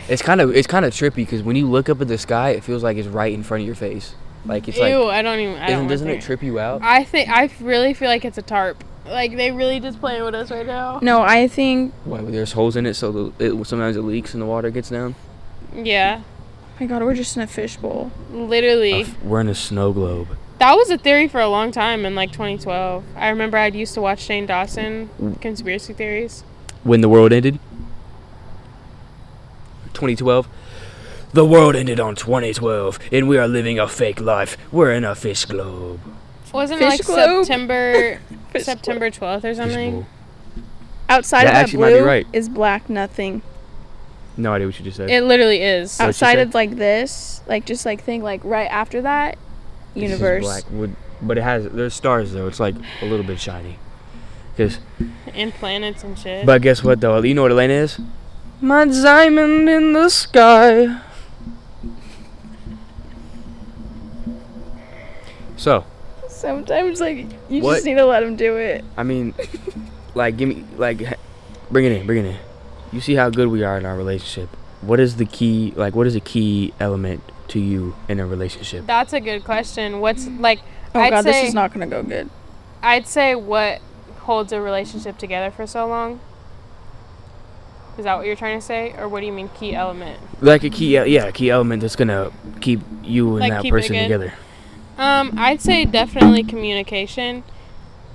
Speaker 2: It's kind of it's kind of trippy because when you look up at the sky, it feels like it's right in front of your face. Like it's
Speaker 3: Ew,
Speaker 2: like
Speaker 3: I don't even. I
Speaker 2: isn't
Speaker 3: don't
Speaker 2: doesn't it
Speaker 3: want to
Speaker 2: trip you out?
Speaker 3: I think I really feel like it's a tarp. Like they really just playing with us right now.
Speaker 1: No, I think.
Speaker 2: Why there's holes in it, so the, it sometimes it leaks and the water gets down.
Speaker 3: Yeah,
Speaker 1: My God, we're just in a fishbowl.
Speaker 3: literally.
Speaker 2: We're in a snow globe.
Speaker 3: That was a theory for a long time in like 2012. I remember I used to watch Shane Dawson conspiracy theories.
Speaker 2: When the world ended, 2012. The world ended on 2012, and we are living a fake life. We're in a fish globe.
Speaker 3: Wasn't it
Speaker 1: Fish
Speaker 3: like
Speaker 1: globe?
Speaker 3: September
Speaker 1: Fish
Speaker 3: September 12th or something?
Speaker 2: Fishbowl.
Speaker 1: Outside
Speaker 2: That
Speaker 1: of that
Speaker 2: actually might be
Speaker 1: blue
Speaker 2: right.
Speaker 1: is black nothing.
Speaker 2: No idea what you just said.
Speaker 3: It literally is.
Speaker 2: what you
Speaker 1: Outside
Speaker 2: said?
Speaker 1: of like this, like just like think like right after that,
Speaker 2: It's just
Speaker 1: universe.
Speaker 2: black wood, but it has there's stars though. It's like a little bit shiny. 'Cause-
Speaker 3: And planets and shit.
Speaker 2: but guess what though? You know what Elena is? My diamond in the sky. So
Speaker 1: Sometimes like you
Speaker 2: What?
Speaker 1: just need to let them do it.
Speaker 2: I mean, like give me like h- bring it in, bring it in. You see how good we are in our relationship. What is the key? Like what is a key element to you in a relationship?
Speaker 3: That's a good question. What's like
Speaker 1: Oh
Speaker 3: I'd
Speaker 1: God,
Speaker 3: say-
Speaker 1: this is not gonna go good.
Speaker 3: I'd say what holds a relationship together for so long? Is that what you're trying to say or what do you mean key element?
Speaker 2: Like a key, el- yeah, a key element that's gonna keep you and
Speaker 3: Like,
Speaker 2: that
Speaker 3: keep it
Speaker 2: person
Speaker 3: good.
Speaker 2: together.
Speaker 3: Um I'd say definitely communication.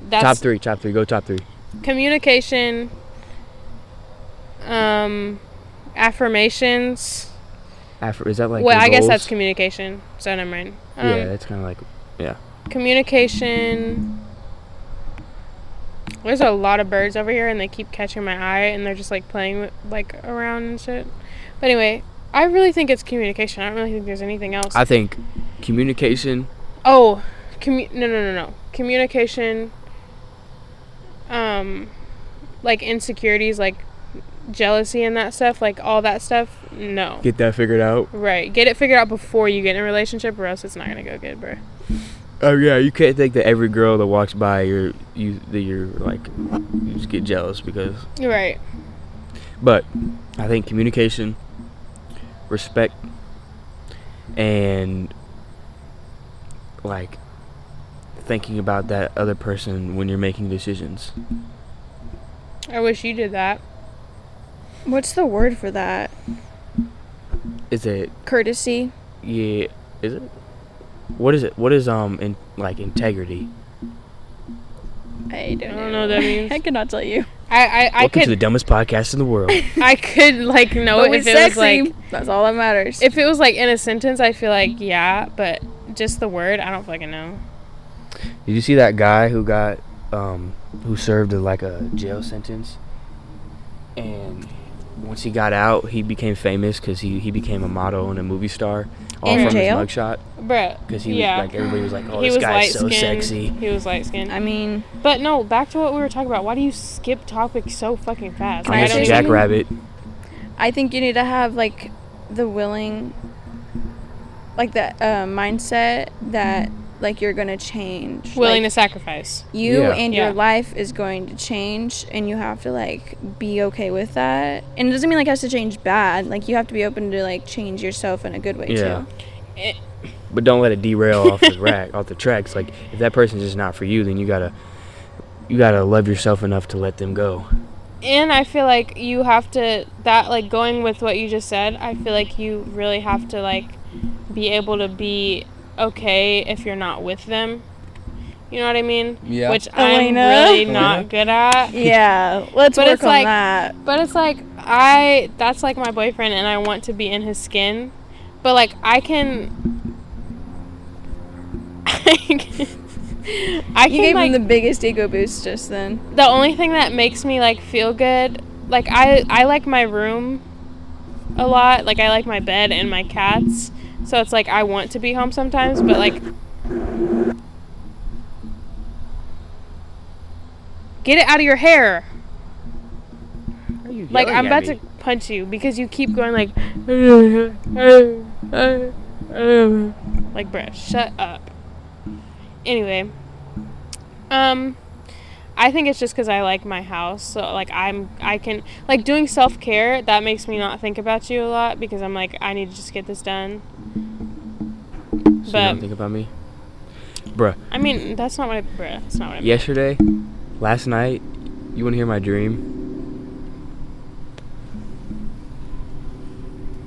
Speaker 3: That's
Speaker 2: top three, top three, go top three.
Speaker 3: communication um affirmations
Speaker 2: After is that like
Speaker 3: well
Speaker 2: your
Speaker 3: i guess
Speaker 2: goals?
Speaker 3: that's communication so never mind um,
Speaker 2: yeah, that's kind of like
Speaker 3: communication there's a lot of birds over here and they keep catching my eye and they're just like playing with, like around and shit but anyway i really think it's communication i don't really think there's anything else
Speaker 2: I think communication.
Speaker 3: oh commu- no no no no communication um like insecurities like jealousy and that stuff like all that stuff no
Speaker 2: Get that figured out.
Speaker 3: Right. Get it figured out before you get in a relationship, or else it's not gonna go good, bro.
Speaker 2: Oh yeah, you can't think that every girl that walks by you're you that you're like you just get jealous because.
Speaker 3: You're right.
Speaker 2: But I think communication, respect, and like thinking about that other person when you're making decisions.
Speaker 3: I wish you did that.
Speaker 1: What's the word for that?
Speaker 2: Is it
Speaker 1: Courtesy.
Speaker 2: yeah? Is it? What is it? What is um in like integrity?
Speaker 1: I don't,
Speaker 3: I don't know what that means.
Speaker 1: I cannot tell you.
Speaker 3: I I, I
Speaker 2: Welcome to the
Speaker 3: could
Speaker 2: dumbest podcast in the world.
Speaker 3: I could like know
Speaker 1: But
Speaker 3: it
Speaker 1: we're
Speaker 3: if it was like
Speaker 1: That's all that matters.
Speaker 3: if it was like in a sentence. I feel like yeah, but just the word, I don't fucking know.
Speaker 2: Did you see that guy who got um who served a, like a jail sentence? And once he got out, he became famous because he, he became a model and a movie star, all
Speaker 1: In
Speaker 2: from
Speaker 1: jail?
Speaker 2: his mugshot.
Speaker 3: Bruh.
Speaker 2: Because he
Speaker 3: yeah.
Speaker 2: was like everybody was like, oh,
Speaker 3: he
Speaker 2: this
Speaker 3: was light
Speaker 2: guy's so
Speaker 3: skinned.
Speaker 2: sexy.
Speaker 3: He was light skinned.
Speaker 1: I mean,
Speaker 3: But no, back to what we were talking about. Why do you skip topics so fucking fast?
Speaker 1: Can I
Speaker 2: I'm
Speaker 1: say
Speaker 2: a
Speaker 3: don't
Speaker 1: something?
Speaker 3: even-
Speaker 2: jackrabbit.
Speaker 1: I think you need to have like the willing, like that uh, mindset that like you're gonna change.
Speaker 3: willing to
Speaker 1: Like,
Speaker 3: sacrifice.
Speaker 1: you
Speaker 2: Yeah.
Speaker 1: and
Speaker 3: Yeah.
Speaker 1: your life is going to change, and you have to like be okay with that. And it doesn't mean like it has to change bad. Like you have to be open to like change yourself in a good way
Speaker 2: Yeah.
Speaker 1: too.
Speaker 3: Eh.
Speaker 2: But don't let it derail off the rack, off the tracks. Like if that person's just not for you, then you gotta, you gotta love yourself enough to let them go.
Speaker 3: and I feel like you have to that like going with what you just said. I feel like you really have to like be able to be okay if you're not with them. You know what I mean?
Speaker 2: Yeah.
Speaker 3: Which I'm
Speaker 1: Elena.
Speaker 3: really not
Speaker 2: Elena.
Speaker 3: good at.
Speaker 1: Yeah, let's
Speaker 3: But
Speaker 1: work
Speaker 3: it's
Speaker 1: on
Speaker 3: like-
Speaker 1: that.
Speaker 3: But it's like I that's like my boyfriend and I want to be in his skin. But like I can I can, I
Speaker 1: You gave
Speaker 3: can like
Speaker 1: him the biggest ego boost just then.
Speaker 3: the only thing that makes me like feel good like i i like my room a lot like i like my bed and my cats so it's like i want to be home sometimes but like get it out of your hair like i'm about to punch you because you keep going like like bruh shut up anyway um I think it's just because I like my house. So like I'm I can like doing self care that makes me not think about you a lot because I'm like I need to just get this done.
Speaker 2: So you
Speaker 3: but-
Speaker 2: don't think about me.
Speaker 3: I mean that's not what I bruh, that's not what I meant.
Speaker 2: Yesterday, last night, you want to hear my dream?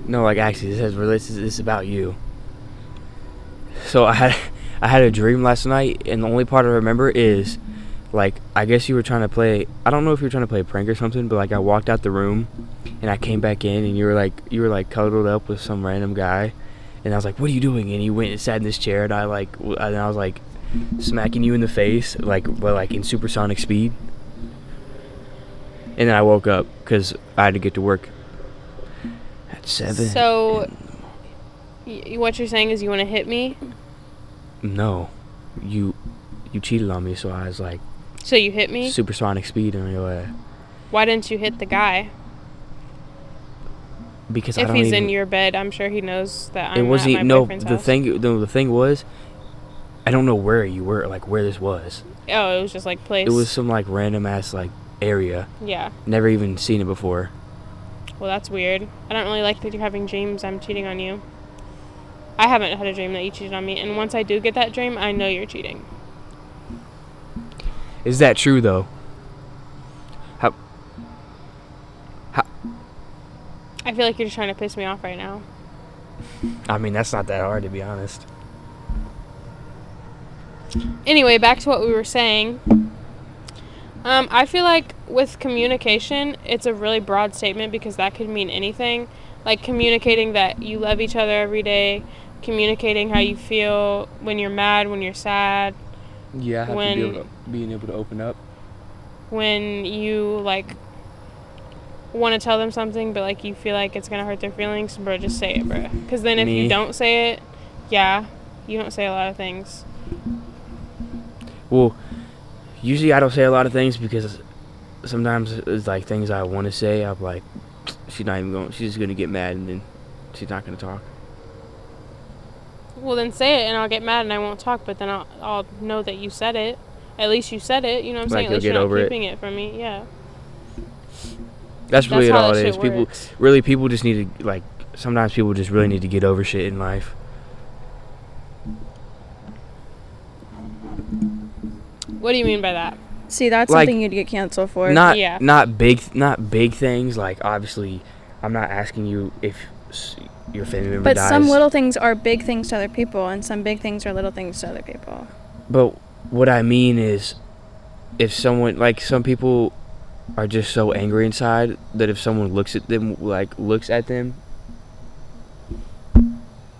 Speaker 2: No, like actually, this has this is this is about you. So I had I had a dream last night, and the only part I remember is, like, I guess you were trying to play. I don't know if you were trying to play a prank or something, but like I walked out the room, and I came back in, and you were like you were like cuddled up with some random guy, and I was like, "What are you doing?" And he went and sat in this chair, and I like w- and I was like smacking you in the face, like well, like in supersonic speed. And then I woke up because I had to get to work at seven.
Speaker 3: So y- what you're saying is you want to hit me,
Speaker 2: no, you you cheated on me, so I was like
Speaker 3: so you hit me.
Speaker 2: supersonic speed on your way
Speaker 3: Why didn't you hit the guy?
Speaker 2: because I
Speaker 3: If
Speaker 2: don't
Speaker 3: he's
Speaker 2: even.
Speaker 3: in your bed, I'm sure he knows that I'm
Speaker 2: it wasn't e,
Speaker 3: at my
Speaker 2: no
Speaker 3: boyfriend's
Speaker 2: the
Speaker 3: house.
Speaker 2: thing no the thing was, I don't know where you were like where this was.
Speaker 3: Oh, it was just like place.
Speaker 2: It was some like random ass like area,
Speaker 3: yeah.
Speaker 2: never even seen it before.
Speaker 3: Well, that's weird. I don't really like that you're having dreams I'm cheating on you. I haven't had a dream that you cheated on me, and once I do get that dream, I know you're cheating.
Speaker 2: Is that true though? How?
Speaker 3: I feel like you're just trying to piss me off right now.
Speaker 2: I mean, that's not that hard to be honest.
Speaker 3: Anyway, back to what we were saying. Um, I feel like with communication, it's a really broad statement because that could mean anything. Like communicating that you love each other every day, communicating how you feel when you're mad, when you're sad,
Speaker 2: Yeah, I have to
Speaker 3: When-
Speaker 2: be able to, being able to open up.
Speaker 3: when you like want to tell them something but like you feel like it's gonna hurt their feelings bro just say it bro because then if
Speaker 2: Me.
Speaker 3: you don't say it yeah you don't say a lot of things
Speaker 2: Well, usually I don't say a lot of things because sometimes it's like things I want to say. I'm like, she's not even going. She's just gonna get mad and then she's not gonna talk.
Speaker 3: well then say it and i'll get mad and i won't talk but then i'll, I'll know that you said it at least you said it you know what i'm
Speaker 2: Like,
Speaker 3: saying at
Speaker 2: you'll
Speaker 3: least
Speaker 2: get
Speaker 3: you're not
Speaker 2: over it.
Speaker 3: keeping it. from me yeah
Speaker 2: That's really
Speaker 3: That's how
Speaker 2: all
Speaker 3: that
Speaker 2: it
Speaker 3: shit
Speaker 2: is. People
Speaker 3: works.
Speaker 2: really people just need to like. Sometimes people just really need to get over shit in life.
Speaker 3: what do you mean by that
Speaker 1: See, that's
Speaker 2: Like,
Speaker 1: something you'd get canceled for.
Speaker 2: not
Speaker 3: yeah.
Speaker 2: not big not big things like obviously. I'm not asking you if s- your family member
Speaker 1: but
Speaker 2: dies.
Speaker 1: some little things are big things to other people, and some big things are little things to other people.
Speaker 2: But what I mean is, if someone like some people are just so angry inside that if someone looks at them like looks at them,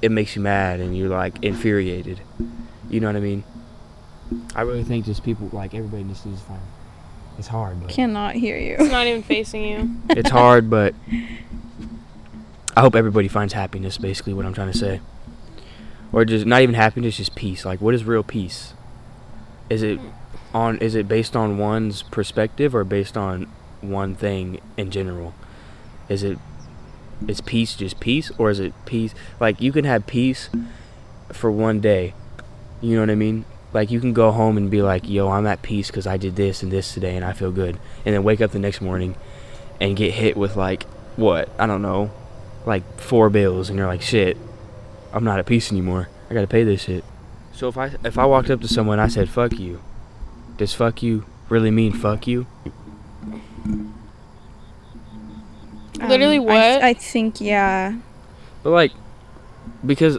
Speaker 2: it makes you mad and you're like infuriated. You know what I mean? I really think just people like everybody just is fine. It's hard, but
Speaker 1: Cannot hear
Speaker 3: it's
Speaker 1: you.
Speaker 3: not even facing you
Speaker 2: it's hard, but I hope everybody finds happiness. Basically, what I'm trying to say, or just not even happiness, just peace. Like, what is real peace? Is it on? Is it based on one's perspective or based on one thing in general? Is it is peace just peace, or is it peace? Like, you can have peace for one day. You know what I mean? Like, you can go home and be like, "Yo, I'm at peace because I did this and this today, and I feel good." And then wake up the next morning and get hit with like what I don't know, like four bills, and you're like, shit, I'm not at peace anymore. I gotta pay this shit. So if I if I walked up to someone I said fuck you, does fuck you really mean fuck you?
Speaker 3: Literally
Speaker 1: Um, I-
Speaker 3: what?
Speaker 1: I, think yeah.
Speaker 2: But like, because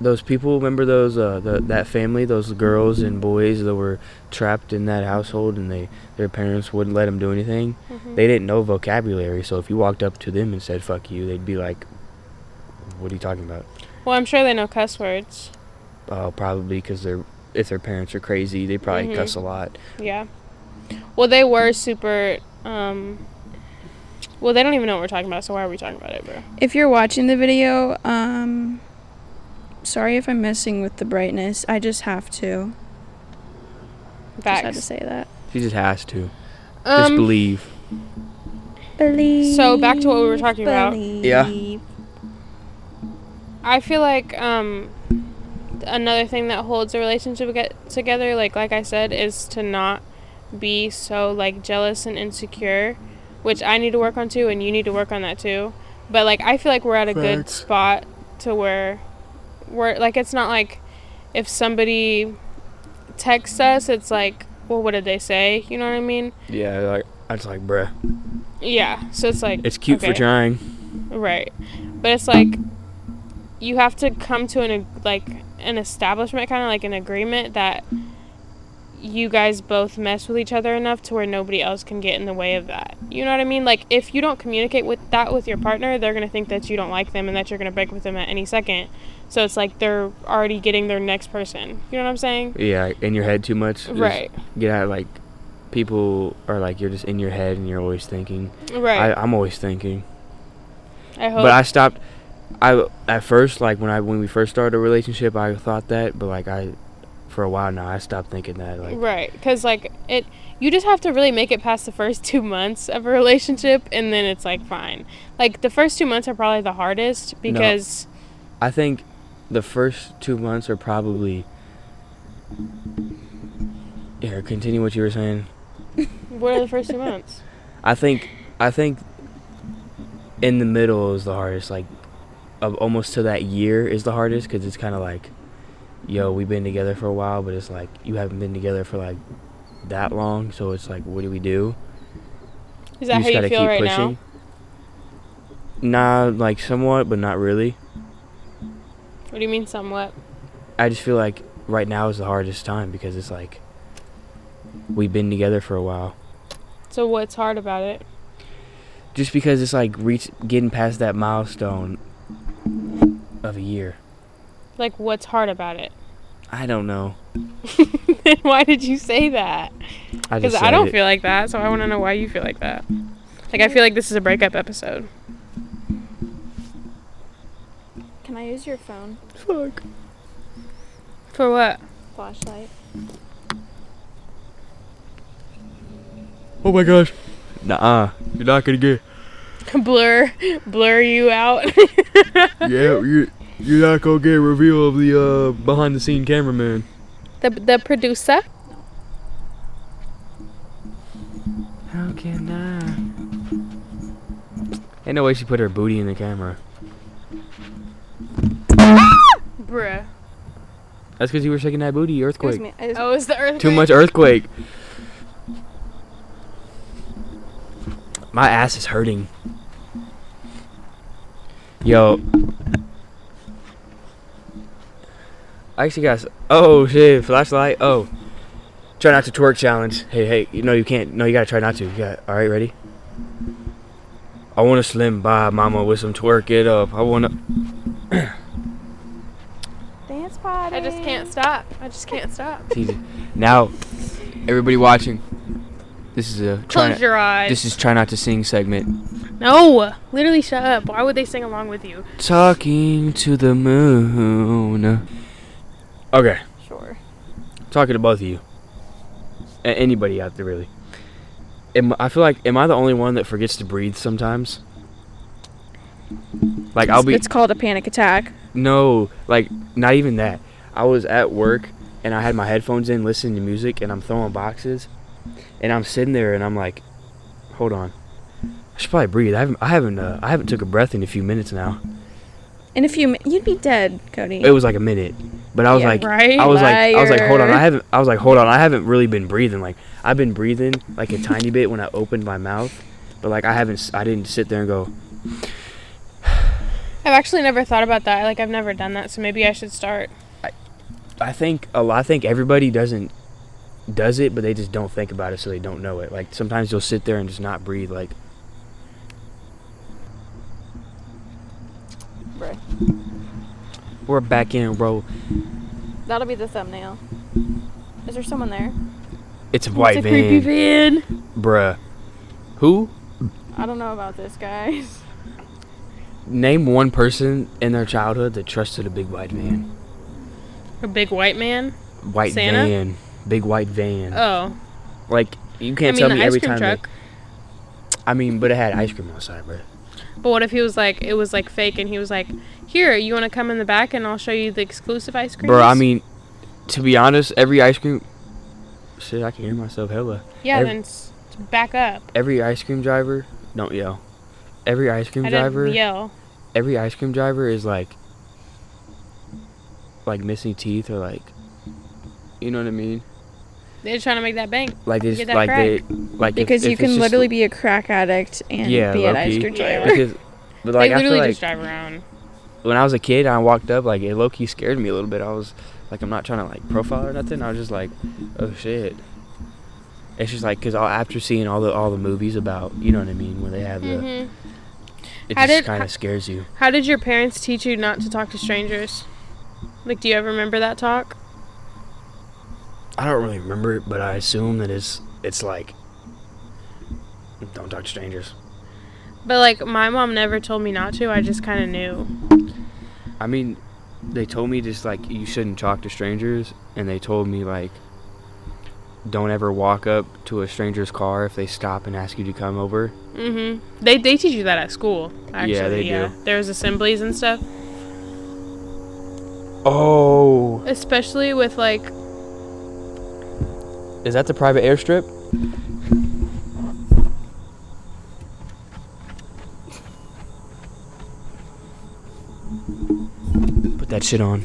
Speaker 2: those people remember those uh, the, that family, those girls and boys that were trapped in that household, and they their parents wouldn't let them do anything. They didn't know vocabulary, so if you walked up to them and said "fuck you," they'd be like, "What are you talking about?"
Speaker 3: Well, I'm sure they know cuss words.
Speaker 2: Oh, probably because they're if their parents are crazy, they probably
Speaker 3: Mhm.
Speaker 2: cuss a lot.
Speaker 3: Yeah. Well, they were super. Um, well, they don't even know what we're talking about, so why are we talking about it, bro?
Speaker 1: If you're watching the video, um sorry if I'm messing with the brightness. I just have to. Just had to
Speaker 3: Facts.
Speaker 1: say that.
Speaker 2: She just has to just
Speaker 3: Um,
Speaker 2: believe.
Speaker 1: Believe.
Speaker 3: So, back to what we were talking about.
Speaker 2: Yeah.
Speaker 1: believe.
Speaker 3: I feel like um, another thing that holds a relationship ag- together, like like I said, is to not be so like jealous and insecure, which I need to work on too, and you need to work on that too. But like I feel like we're at a good
Speaker 2: Facts.
Speaker 3: spot to where we're like it's not like if somebody texts us, it's like well what did they say? You know what I mean?
Speaker 2: Yeah, like I just like bruh.
Speaker 3: Yeah. So it's like
Speaker 2: It's cute for
Speaker 3: okay.
Speaker 2: trying.
Speaker 3: Right. But it's like you have to come to an ag- like an establishment kind of like an agreement that you guys both mess with each other enough to where nobody else can get in the way of that. You know what I mean? Like if you don't communicate with that with your partner, they're going to think that you don't like them and that you're going to break with them at any second. So it's like they're already getting their next person. You know what I'm saying?
Speaker 2: Yeah, in your head too much. Just
Speaker 3: Right.
Speaker 2: Get out like people are like you're just in your head and you're always thinking.
Speaker 3: Right.
Speaker 2: I, I'm always thinking.
Speaker 3: I, hope
Speaker 2: But I stopped. I at first like when I when we first started a relationship, I thought that, but like I for a while now I stopped thinking that. Like
Speaker 3: Right, because like it, you just have to really make it past the first two months of a relationship, and then it's like fine. Like the first two months are probably the hardest because
Speaker 2: I think the first two months are probably. Yeah, continue what you were saying.
Speaker 3: what are the first two months?
Speaker 2: I think I think in the middle is the hardest. Like of almost to that year is the hardest because it's kind of like, yo, we've been together for a while, but it's like you haven't been together for like that long. So it's like, what do we do?
Speaker 3: Is that how you feel right now?
Speaker 2: Nah, like somewhat, but not really.
Speaker 3: What do you mean somewhat?
Speaker 2: I just feel like right now is the hardest time because it's like we've been together for a while.
Speaker 3: So what's hard about it?
Speaker 2: Just because it's like reach getting past that milestone of a year.
Speaker 3: Like what's hard about it?
Speaker 2: I don't know.
Speaker 3: then why did you say that?
Speaker 2: I
Speaker 3: Because
Speaker 2: just
Speaker 3: I
Speaker 2: said
Speaker 3: don't
Speaker 2: it.
Speaker 3: feel like that, so I want to know why you feel like that. Like I feel like this is a breakup episode.
Speaker 1: Can I use your phone
Speaker 2: Fuck.
Speaker 3: For what?
Speaker 1: flashlight?
Speaker 2: Oh my gosh. Nah, you're not gonna get.
Speaker 3: blur, blur you out.
Speaker 2: yeah, you you're not gonna get a reveal of the uh, behind the scene cameraman.
Speaker 3: the the producer.
Speaker 2: How can I? Ain't no way she put her booty in the camera.
Speaker 3: Bruh.
Speaker 2: That's because you were shaking that booty
Speaker 1: Excuse
Speaker 2: earthquake.
Speaker 1: me. I just,
Speaker 3: Oh, is the earth
Speaker 2: Too much earthquake. My ass is hurting. Yo. I actually got. s- Oh shit! Flashlight. Oh. Try not to twerk challenge. Hey, hey. You know you can't. No, you gotta try not to. You got. All right, ready. I want to slim by mama with some twerk it up. I want to.
Speaker 1: dance party.
Speaker 3: I just can't stop. I just can't stop.
Speaker 2: Now, everybody watching. This is a. try
Speaker 3: Close
Speaker 2: not-
Speaker 3: your eyes.
Speaker 2: This is try not to sing segment.
Speaker 3: no, literally shut up. Why would they sing along with you?
Speaker 2: Talking to the moon. Okay,
Speaker 1: Sure.
Speaker 2: talking to both of you. A- anybody out there, really. Am, I feel like, am I the only one that forgets to breathe sometimes? Like, I'll be.
Speaker 1: It's called a panic attack.
Speaker 2: No, like, not even that. I was at work and I had my headphones in listening to music and I'm throwing boxes and I'm sitting there and I'm like, hold on. I should probably breathe. I haven't, I haven't, uh, I haven't took a breath in a few minutes now.
Speaker 1: In a few, mi- you'd be dead, Cody.
Speaker 2: It was like a minute, but I was
Speaker 1: Yeah,
Speaker 2: like,
Speaker 3: right?
Speaker 2: I was like, I was like, hold on,
Speaker 1: Liar.
Speaker 2: I haven't, I was like, hold on, I haven't really been breathing. Like I've been breathing like a tiny bit when I opened my mouth, but like I haven't, s- I didn't sit there and go.
Speaker 3: I've actually never thought about that. Like I've never done that, so maybe I should start.
Speaker 2: I think a lot. I think everybody doesn't does it, but they just don't think about it, so they don't know it. Like sometimes you'll sit there and just not breathe. Like we're back in, bro.
Speaker 1: That'll be the thumbnail. Is there someone there?
Speaker 2: It's a white
Speaker 3: it's a creepy
Speaker 2: van,
Speaker 3: van.
Speaker 2: bruh. Who?
Speaker 1: I don't know about this, guys.
Speaker 2: Name one person in their childhood that trusted a big white van.
Speaker 3: A big white man.
Speaker 2: White
Speaker 3: Santa?
Speaker 2: van. Big white van.
Speaker 3: Oh,
Speaker 2: Like you
Speaker 3: I
Speaker 2: can't
Speaker 3: mean
Speaker 2: tell
Speaker 3: the
Speaker 2: me
Speaker 3: ice
Speaker 2: every
Speaker 3: cream
Speaker 2: time. they-
Speaker 3: truck.
Speaker 2: I mean, but it had ice cream outside, bro.
Speaker 3: But what if he was like, it was like fake, and he was like, "Here, you want to come in the back, and I'll show you the exclusive ice cream."
Speaker 2: Bro, I mean, to be honest, every ice cream. Shit, I can hear myself hella.
Speaker 3: yeah,
Speaker 2: ev-
Speaker 3: then s- back up.
Speaker 2: Every ice cream driver, don't yell. Every ice cream
Speaker 3: I
Speaker 2: driver,
Speaker 3: didn't yell.
Speaker 2: every ice cream driver is like, like missing teeth or like, you know what I mean?
Speaker 3: They're trying to make that bank.
Speaker 2: Like
Speaker 3: Get
Speaker 2: it's
Speaker 3: that
Speaker 2: like they
Speaker 3: crack.
Speaker 2: like if-
Speaker 1: Because
Speaker 2: if
Speaker 1: you
Speaker 2: it's
Speaker 1: can
Speaker 2: just-
Speaker 1: literally be a crack addict and
Speaker 2: yeah,
Speaker 1: be an
Speaker 2: low-key.
Speaker 1: ice cream
Speaker 3: Yeah.
Speaker 1: driver.
Speaker 2: Because, but like
Speaker 3: they
Speaker 2: I feel
Speaker 3: literally
Speaker 2: like
Speaker 3: just drive around.
Speaker 2: when I was a kid, I walked up like it low key scared me a little bit. I was like, I'm not trying to like profile or nothing. I was just like, oh shit. It's just like because after seeing all the all the movies about you know what I mean when they have the
Speaker 3: hmm
Speaker 2: it
Speaker 3: How
Speaker 2: just
Speaker 3: did-
Speaker 2: kind of scares you.
Speaker 3: How did your parents teach you not to talk to strangers? Like, do you ever remember that talk?
Speaker 2: I don't really remember it, but I assume that it's it's like don't talk to strangers.
Speaker 3: But like, my mom never told me not to. I just kind of knew.
Speaker 2: I mean, they told me just like you shouldn't talk to strangers, and they told me like don't ever walk up to a stranger's car if they stop and ask you to come over.
Speaker 3: hmm They they teach you that at school. Actually, yeah,
Speaker 2: they do.
Speaker 3: There's assemblies and stuff,
Speaker 2: Oh.
Speaker 3: especially with like
Speaker 2: Is that the private airstrip? Put that shit on.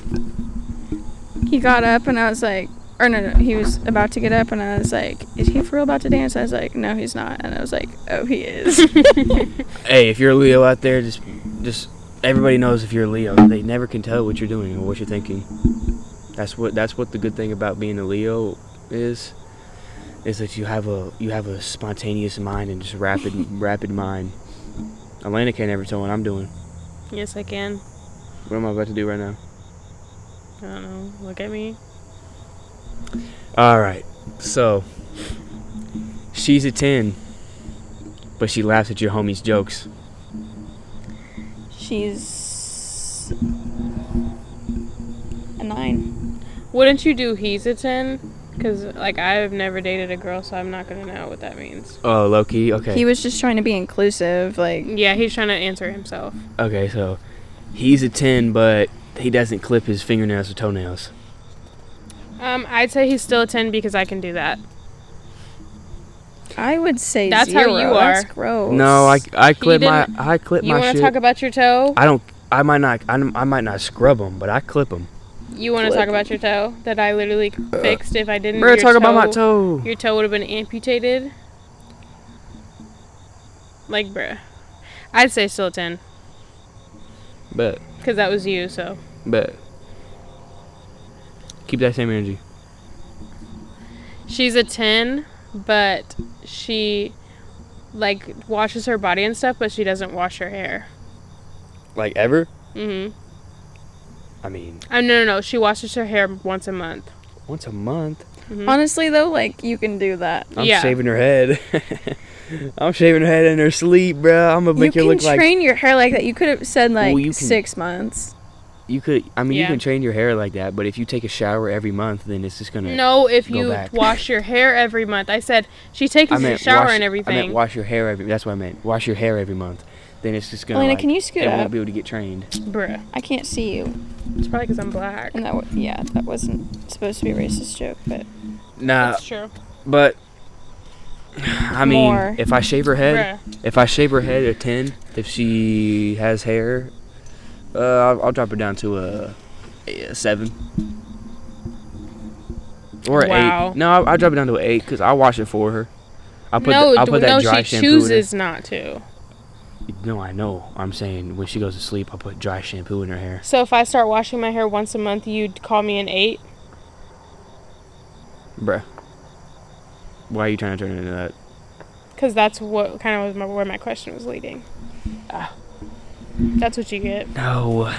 Speaker 1: He got up and I was like, or no, no, he was about to get up and I was like, is he for real about to dance? I was like, no, he's not. And I was like, oh, he is.
Speaker 2: Hey, if you're a Leo out there, just just everybody knows if you're a Leo, they never can tell what you're doing or what you're thinking. That's what that's what the good thing about being a Leo is is that you have a you have a spontaneous mind and just rapid rapid mind. Elena can't ever tell what I'm doing.
Speaker 3: yes, I can.
Speaker 2: What am I about to do right now?
Speaker 3: I don't know. Look at me.
Speaker 2: All right. So she's a 10, but she laughs at your homie's jokes.
Speaker 1: She's a nine.
Speaker 3: Wouldn't you do he's a 10? Because, like, I've never dated a girl, so I'm not going to know what that means.
Speaker 2: Oh, Loki. Okay.
Speaker 1: He was just trying to be inclusive. Like,
Speaker 3: Yeah, he's trying to answer himself.
Speaker 2: okay, so he's a 10, but he doesn't clip his fingernails or toenails.
Speaker 3: Um, I'd say he's still a 10 because I can do that.
Speaker 1: I would say
Speaker 3: That's how
Speaker 1: zero.
Speaker 3: you
Speaker 1: That's
Speaker 3: are.
Speaker 1: gross.
Speaker 2: No, I, I clip my
Speaker 3: didn't-
Speaker 2: I clip
Speaker 3: You
Speaker 2: my
Speaker 3: want to
Speaker 2: shit.
Speaker 3: talk about your toe?
Speaker 2: I don't I might not I, don't- I might not scrub them, but I clip them.
Speaker 3: You want to talk
Speaker 1: Flip.
Speaker 3: about your toe that I literally fixed if I didn't
Speaker 2: Bro,
Speaker 3: your
Speaker 2: Uh, talk about my toe.
Speaker 3: Your toe would have been amputated. Like, bruh. I'd say still a 10
Speaker 2: But
Speaker 3: because that was you, so.
Speaker 2: but keep that same energy.
Speaker 3: she's a 10 but she like washes her body and stuff but she doesn't wash her hair
Speaker 2: Like ever?
Speaker 3: mm-hmm
Speaker 2: I mean,
Speaker 3: oh, no no no she washes her hair once a month Mm-hmm.
Speaker 2: once a month.
Speaker 1: Honestly, though, like you can do that.
Speaker 2: I'm
Speaker 3: Yeah.
Speaker 2: shaving her head. I'm shaving her head in her sleep, bro. I'm gonna
Speaker 1: You
Speaker 2: make her
Speaker 1: can
Speaker 2: look like
Speaker 1: train your hair like that. You could have said like
Speaker 2: you can-
Speaker 1: six months.
Speaker 2: you could. I mean,
Speaker 3: Yeah.
Speaker 2: you can train your hair like that, but if you take a shower every month, then it's just gonna.
Speaker 3: no if
Speaker 2: Go
Speaker 3: you
Speaker 2: back.
Speaker 3: wash your hair every month i said she takes
Speaker 2: I
Speaker 3: a
Speaker 2: meant
Speaker 3: shower
Speaker 2: wash,
Speaker 3: and
Speaker 2: I
Speaker 3: everything
Speaker 2: meant wash your hair every. That's what I meant. Wash your hair every month. Then it's just gonna.
Speaker 1: Elena,
Speaker 2: like,
Speaker 1: can you scoot
Speaker 2: It
Speaker 1: up?
Speaker 2: won't be able to get trained.
Speaker 3: bruh
Speaker 1: I can't see you.
Speaker 3: it's probably because i'm black
Speaker 1: And that wa yeah, that wasn't supposed to be a racist joke, but
Speaker 2: Nah,
Speaker 3: that's true
Speaker 2: but. I mean,
Speaker 1: More.
Speaker 2: if I shave her head,
Speaker 3: bruh
Speaker 2: if I shave her head a ten, if she has hair, Uh, I'll, I'll drop it down to a, a seven or a
Speaker 3: Wow.
Speaker 2: eight. No, I'll, I'll drop it down to an eight because I'll wash it for her. I put
Speaker 3: no,
Speaker 2: the, I'll
Speaker 3: d-
Speaker 2: put that
Speaker 3: no,
Speaker 2: dry
Speaker 3: she
Speaker 2: shampoo. in her-
Speaker 3: chooses not to.
Speaker 2: No, I know. I'm saying when she goes to sleep, I'll put dry shampoo in her hair.
Speaker 3: So if I start washing my hair once a month, you'd call me an eight.
Speaker 2: Bruh. Why are you trying to turn it into that?
Speaker 3: Because that's what kind of was my, where my question was leading.
Speaker 2: Ah.
Speaker 3: That's what you get.
Speaker 2: No. I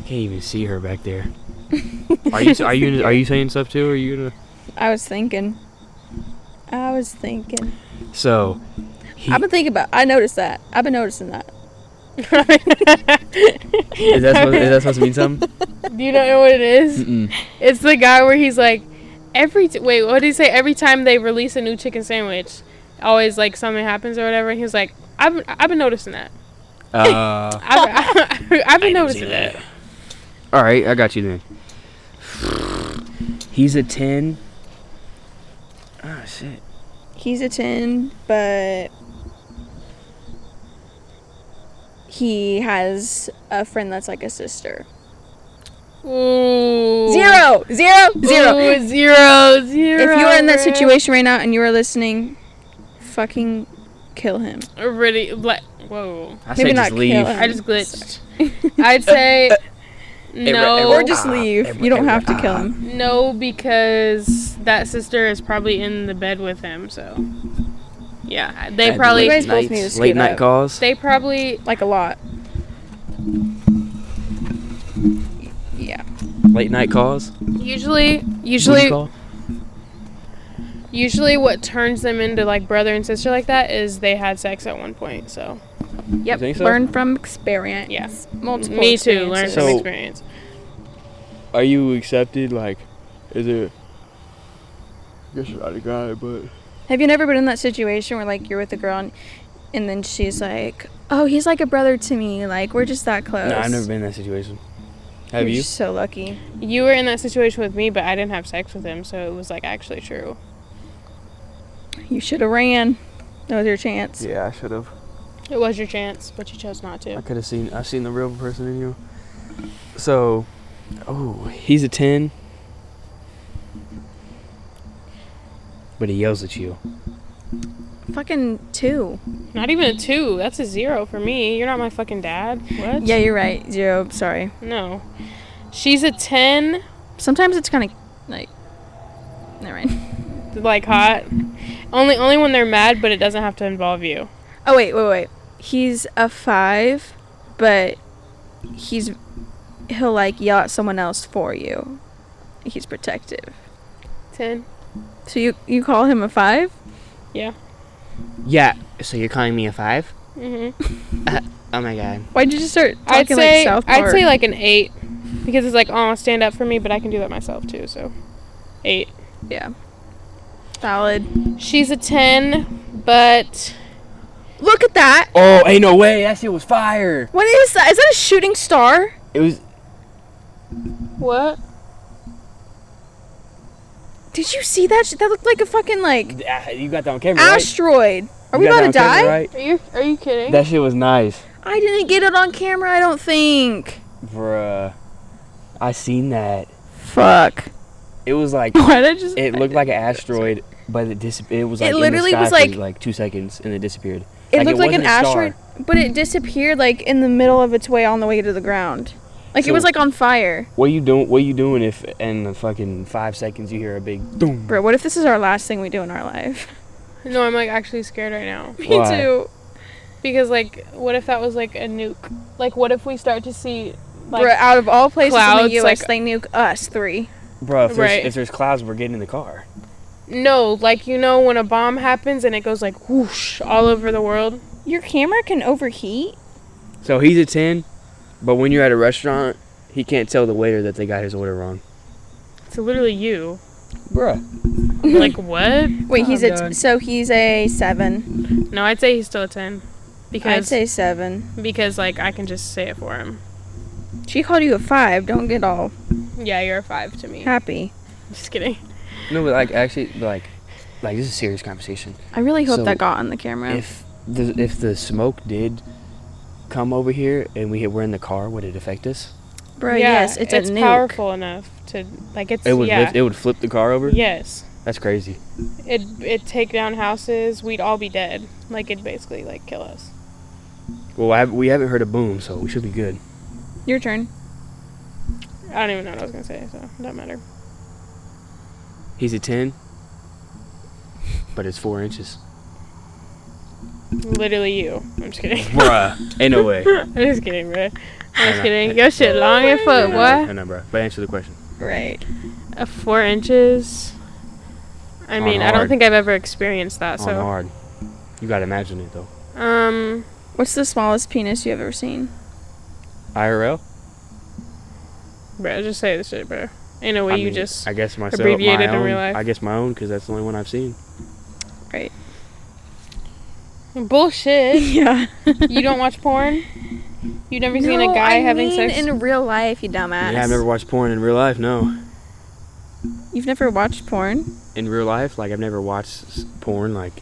Speaker 2: can't even see her back there. Are you are you are you saying stuff too? Or are you gonna?
Speaker 1: I was thinking. I was thinking.
Speaker 2: So, he,
Speaker 1: I've been thinking about. I noticed that. I've been noticing that.
Speaker 2: is that supposed, is that supposed to mean something?
Speaker 3: Do you not know what it is?
Speaker 2: Mm-mm.
Speaker 3: It's the guy where he's like, every t- wait, what did he say? Every time they release a new chicken sandwich, always like something happens or whatever. And he was like, I've been, I've been noticing that.
Speaker 2: Uh,
Speaker 3: I've, I've,
Speaker 2: didn't
Speaker 3: been
Speaker 2: see
Speaker 3: noticing that.
Speaker 2: All right, I got you then. He's a ten. Ah shit.
Speaker 1: He's a ten, but he has a friend that's like a sister.
Speaker 3: Ooh.
Speaker 1: Zero, zero, zero.
Speaker 3: Ooh, zero, zero.
Speaker 1: if you are in that
Speaker 3: bro.
Speaker 1: situation right now and you are listening, fucking kill him.
Speaker 3: really, like, whoa.
Speaker 2: I
Speaker 1: Maybe not kill him.
Speaker 3: I just glitched. I'd say no,
Speaker 1: or just
Speaker 2: Ah,
Speaker 1: leave.
Speaker 2: every-
Speaker 1: you don't
Speaker 2: every-
Speaker 1: have to kill
Speaker 2: ah.
Speaker 1: him.
Speaker 3: no, because that sister is probably in the bed with him. So, yeah, they
Speaker 2: And
Speaker 3: probably
Speaker 1: You guys both need to
Speaker 2: nights-
Speaker 1: scoot
Speaker 2: late night
Speaker 1: up.
Speaker 2: calls.
Speaker 3: they probably
Speaker 1: Like a lot. Yeah.
Speaker 2: late night calls.
Speaker 3: usually
Speaker 2: Booty
Speaker 3: usually
Speaker 2: call?
Speaker 3: usually what turns them into like brother and sister like that is they had sex at one point. So
Speaker 1: Yep.
Speaker 2: think so?
Speaker 1: Learn from experience.
Speaker 3: Yeah.
Speaker 1: Multiple.
Speaker 3: me too, learn
Speaker 1: experiences.
Speaker 3: from
Speaker 2: So-
Speaker 3: experience.
Speaker 2: Are you accepted? Like, is it? I guess you're not a guy, but
Speaker 1: Have you never been in that situation where like you're with a girl and, and then she's like, "Oh, he's like a brother to me. Like we're just that close."
Speaker 2: no, I've never been in that situation.
Speaker 1: You're
Speaker 2: Have you?
Speaker 1: just so lucky.
Speaker 3: You were in that situation with me, but I didn't have sex with him, so it was like actually true.
Speaker 1: You should have ran. That was your chance.
Speaker 2: Yeah, I should have.
Speaker 3: It was your chance, but you chose not to.
Speaker 2: I could have seen. I seen the real person in you. So, oh, he's a ten, but he yells at you.
Speaker 1: Fucking two.
Speaker 3: Not even a two. That's a zero for me. You're not my fucking dad. What?
Speaker 1: Yeah, you're right. Zero. Sorry.
Speaker 3: No. She's a 10,
Speaker 1: Sometimes it's kind of like. Never mind.
Speaker 3: like hot. Only only when they're mad, but it doesn't have to involve you.
Speaker 1: Oh wait, wait, wait. He's a five, but he's he'll like yell at someone else for you. He's protective.
Speaker 3: 10.
Speaker 1: So you you call him a five?
Speaker 2: Yeah. So you're calling me a five?
Speaker 3: Mm-hmm.
Speaker 2: Oh my god.
Speaker 1: Why did you just start
Speaker 3: I'd
Speaker 1: talking
Speaker 3: say
Speaker 1: like South Park?
Speaker 3: I'd say like an 8 because it's like, "Oh, stand up for me, but I can do that myself too." So, 8.
Speaker 1: yeah, valid.
Speaker 3: She's a 10, but
Speaker 1: Look at that.
Speaker 2: Oh, ain't no way. That shit was fire.
Speaker 1: What is that? Is that a shooting star?
Speaker 2: It was.
Speaker 3: what?
Speaker 1: Did you see that? Sh- That looked like a fucking like
Speaker 2: ah, You got that on camera, right?
Speaker 1: asteroid. Are we
Speaker 2: You got
Speaker 1: about to
Speaker 2: that on
Speaker 1: die?
Speaker 2: camera, right?
Speaker 3: Are you are you kidding?
Speaker 2: That shit was nice,
Speaker 1: I didn't get it on camera. I don't think.
Speaker 2: bruh. I seen that.
Speaker 1: Fuck.
Speaker 2: It was like
Speaker 1: Why did I just?
Speaker 2: it looked like an asteroid, but it dis- It was
Speaker 1: It
Speaker 2: like in the
Speaker 1: literally
Speaker 2: sky
Speaker 1: was
Speaker 2: for,
Speaker 1: like-
Speaker 2: two seconds and it disappeared.
Speaker 1: It looked like an
Speaker 2: wasn't a star.
Speaker 1: asteroid, but it disappeared like in the middle of its way on the way to the ground. Like it
Speaker 2: So-
Speaker 1: was like on fire.
Speaker 2: What you doing? What you doing if in the fucking five seconds you hear a big boom?
Speaker 1: Bro, what if this is our last thing we do in our life?
Speaker 3: no, I'm like actually scared right now.
Speaker 1: Me
Speaker 2: Why?
Speaker 1: too.
Speaker 3: Because like what if that was like a nuke? Like what if we start to see like
Speaker 1: Bro, out of all places in
Speaker 3: clouds,
Speaker 1: the US,
Speaker 3: like-
Speaker 1: they nuke us three.
Speaker 2: Bro, if,
Speaker 3: Right.
Speaker 2: there's, if there's clouds, we're getting in the car.
Speaker 3: No, like you know when a bomb happens and it goes like whoosh all over the world.
Speaker 1: Your camera can overheat?
Speaker 2: So he's a ten, but when you're at a restaurant, he can't tell the waiter that they got his order wrong.
Speaker 3: It's literally you.
Speaker 2: Bruh,
Speaker 3: like oh, what?
Speaker 1: Wait, he's
Speaker 2: I'm
Speaker 1: a
Speaker 2: done.
Speaker 1: so he's a seven.
Speaker 3: No, I'd say he's still a ten.
Speaker 1: I'd
Speaker 3: Because
Speaker 1: say seven.
Speaker 3: because like I can just say it for him.
Speaker 1: She called you a five. Don't get all
Speaker 3: Yeah, you're a five to me.
Speaker 1: happy.
Speaker 3: Just kidding.
Speaker 2: no, but like actually, like, like this is a serious conversation.
Speaker 1: I really hope
Speaker 2: So,
Speaker 1: that got on the camera.
Speaker 2: If the, if the smoke did come over here and we were in the car, would it affect us?
Speaker 1: Bro, yes, it's, a nuke.
Speaker 3: powerful enough to like it's
Speaker 2: It would
Speaker 3: yeah.
Speaker 2: lift, it would flip the car over.
Speaker 3: yes.
Speaker 2: that's crazy.
Speaker 3: It it take down houses, we'd all be dead. Like it'd basically like kill us.
Speaker 2: Well, I have, we haven't heard a boom, so we should be good.
Speaker 1: Your turn.
Speaker 3: I don't even know what I was gonna say, so it doesn't matter.
Speaker 2: He's a ten, but it's four inches.
Speaker 3: Literally you. I'm just kidding.
Speaker 2: Bruh, ain't no way.
Speaker 3: I'm just kidding, bro. I'm
Speaker 2: I
Speaker 3: just
Speaker 2: know.
Speaker 3: kidding. Your shit long and
Speaker 2: I
Speaker 3: foot,
Speaker 2: know,
Speaker 3: what?
Speaker 2: I know, bruh. But answer the question.
Speaker 1: Right.
Speaker 3: Uh, four inches. I
Speaker 2: On
Speaker 3: mean, I don't
Speaker 2: hard.
Speaker 3: think I've ever experienced that.
Speaker 2: On
Speaker 3: So,
Speaker 2: hard. You gotta imagine it though.
Speaker 3: um,
Speaker 1: What's the smallest penis you've ever seen?
Speaker 2: IRL.
Speaker 3: bro, just say this shit, bro. Ain't no way
Speaker 2: I
Speaker 3: you
Speaker 2: mean,
Speaker 3: just.
Speaker 2: I guess myself.
Speaker 3: abbreviated
Speaker 2: my
Speaker 3: in
Speaker 2: own,
Speaker 3: real life.
Speaker 2: I guess my own because that's the only one I've seen.
Speaker 1: Right.
Speaker 3: Bullshit.
Speaker 1: Yeah.
Speaker 3: you don't watch porn? You've never seen a guy having sex?
Speaker 1: in real life, you dumbass.
Speaker 2: Yeah, I've never watched porn in real life. No,
Speaker 1: You've never watched porn?
Speaker 2: in real life, like I've never watched s- porn. Like,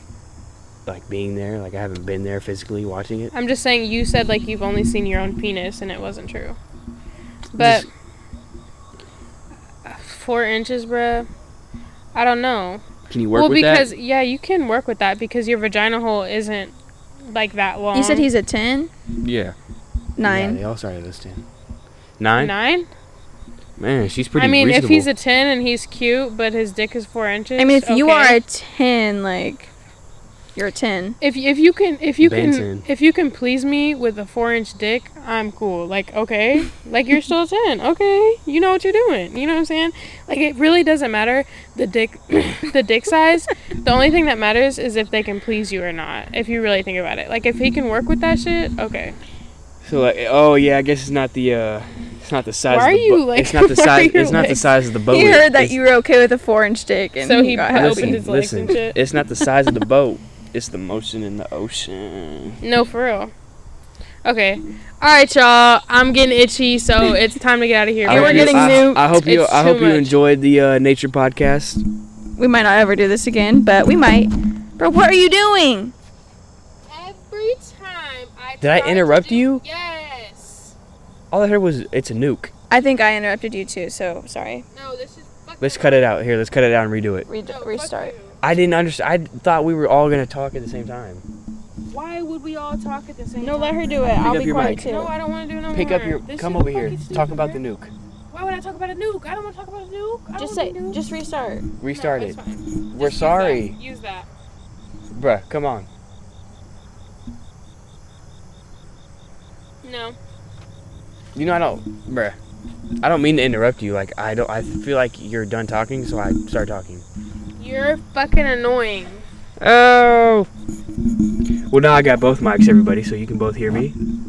Speaker 2: like being there. Like I haven't been there physically watching it.
Speaker 3: I'm just saying, you said like you've only seen your own penis, and it wasn't true. But four inches, bruh. I don't know.
Speaker 2: Can you work
Speaker 3: well,
Speaker 2: with
Speaker 3: because
Speaker 2: that?
Speaker 3: yeah, you can work with that because your vagina hole isn't like that long.
Speaker 1: You said he's a 10?
Speaker 2: Yeah. Yeah,
Speaker 1: 9.
Speaker 2: they all started as ten. Nine.
Speaker 3: nine.
Speaker 2: Man, she's pretty.
Speaker 3: I mean,
Speaker 2: reasonable.
Speaker 3: if he's a ten and he's cute, but his dick is four inches.
Speaker 1: I mean, if you
Speaker 3: okay.
Speaker 1: are a 10, like, you're a 10.
Speaker 3: if if you can if you
Speaker 2: Benton.
Speaker 3: can if you can please me with a four inch dick, I'm cool. Like okay, like you're still a ten. Okay, you know what you're doing. You know what I'm saying? Like it really doesn't matter the dick, the dick size. The only thing that matters is if they can please you or not. If you really think about it, like if he can work with that shit, okay.
Speaker 2: So like, oh yeah, I guess it's not the. uh It's not the size.
Speaker 3: Why
Speaker 2: of
Speaker 3: are
Speaker 2: the
Speaker 3: you,
Speaker 2: bo-
Speaker 3: like-
Speaker 2: It's not the
Speaker 3: why are
Speaker 2: size.
Speaker 3: you,
Speaker 2: It's not the
Speaker 3: like-
Speaker 2: size of the boat.
Speaker 1: He heard that
Speaker 2: It's-
Speaker 1: you were okay with a 4 inch dick, and
Speaker 3: So
Speaker 1: he
Speaker 3: he
Speaker 1: got
Speaker 3: put-
Speaker 1: happy.
Speaker 2: Listen,
Speaker 3: his legs
Speaker 2: listen.
Speaker 3: and shit.
Speaker 2: It's not the size of the boat. It's the motion in the ocean.
Speaker 3: No, for real. Okay. All right, y'all. I'm getting itchy, so it's time to get out of here.
Speaker 2: I
Speaker 1: Yeah,
Speaker 2: hope
Speaker 1: we're
Speaker 2: you-
Speaker 1: getting
Speaker 2: I,
Speaker 1: nuked.
Speaker 2: I hope you.
Speaker 3: It's
Speaker 2: I
Speaker 3: too
Speaker 2: hope you
Speaker 3: much.
Speaker 2: enjoyed the uh, nature podcast.
Speaker 1: We might not ever do this again, but we might. Bro, what are you doing?
Speaker 3: Every time I
Speaker 2: Did I
Speaker 3: try to
Speaker 2: interrupt
Speaker 3: do-
Speaker 2: you?
Speaker 3: Yes.
Speaker 2: All I heard was it's a nuke.
Speaker 1: I think I interrupted you too, so sorry.
Speaker 3: No, this is fucking.
Speaker 2: Let's cut it out here. Let's cut it out and redo it.
Speaker 1: Re-
Speaker 3: No, fuck
Speaker 1: restart.
Speaker 3: you.
Speaker 2: I didn't understand. I thought we were all gonna talk at the same time.
Speaker 3: Why would we all talk at the same
Speaker 1: No,
Speaker 3: time?
Speaker 1: let her do it. I'll
Speaker 2: up
Speaker 1: be
Speaker 2: your
Speaker 1: quiet
Speaker 2: mic.
Speaker 1: too.
Speaker 3: No, I don't want to do no
Speaker 2: Pick
Speaker 3: more.
Speaker 2: up your.
Speaker 3: This
Speaker 2: Come
Speaker 3: shit's
Speaker 2: over here.
Speaker 3: fucking
Speaker 2: Talk
Speaker 3: stupid,
Speaker 2: about the
Speaker 3: bruh.
Speaker 2: nuke.
Speaker 3: Why would I talk about a nuke? I don't want to talk about a nuke. I
Speaker 1: just
Speaker 3: don't
Speaker 1: say,
Speaker 3: wanna nuke.
Speaker 1: just restart.
Speaker 2: Restart
Speaker 3: No,
Speaker 2: it,
Speaker 3: it's fine.
Speaker 2: We're
Speaker 3: Just use
Speaker 2: sorry.
Speaker 3: that. Use that.
Speaker 2: bruh. Come on.
Speaker 3: No.
Speaker 2: You know I don't, bruh. I don't mean to interrupt you. Like I don't. I feel like you're done talking, so I start talking.
Speaker 3: You're fucking annoying.
Speaker 2: Oh. Well, now I got both mics, everybody, so you can both hear me.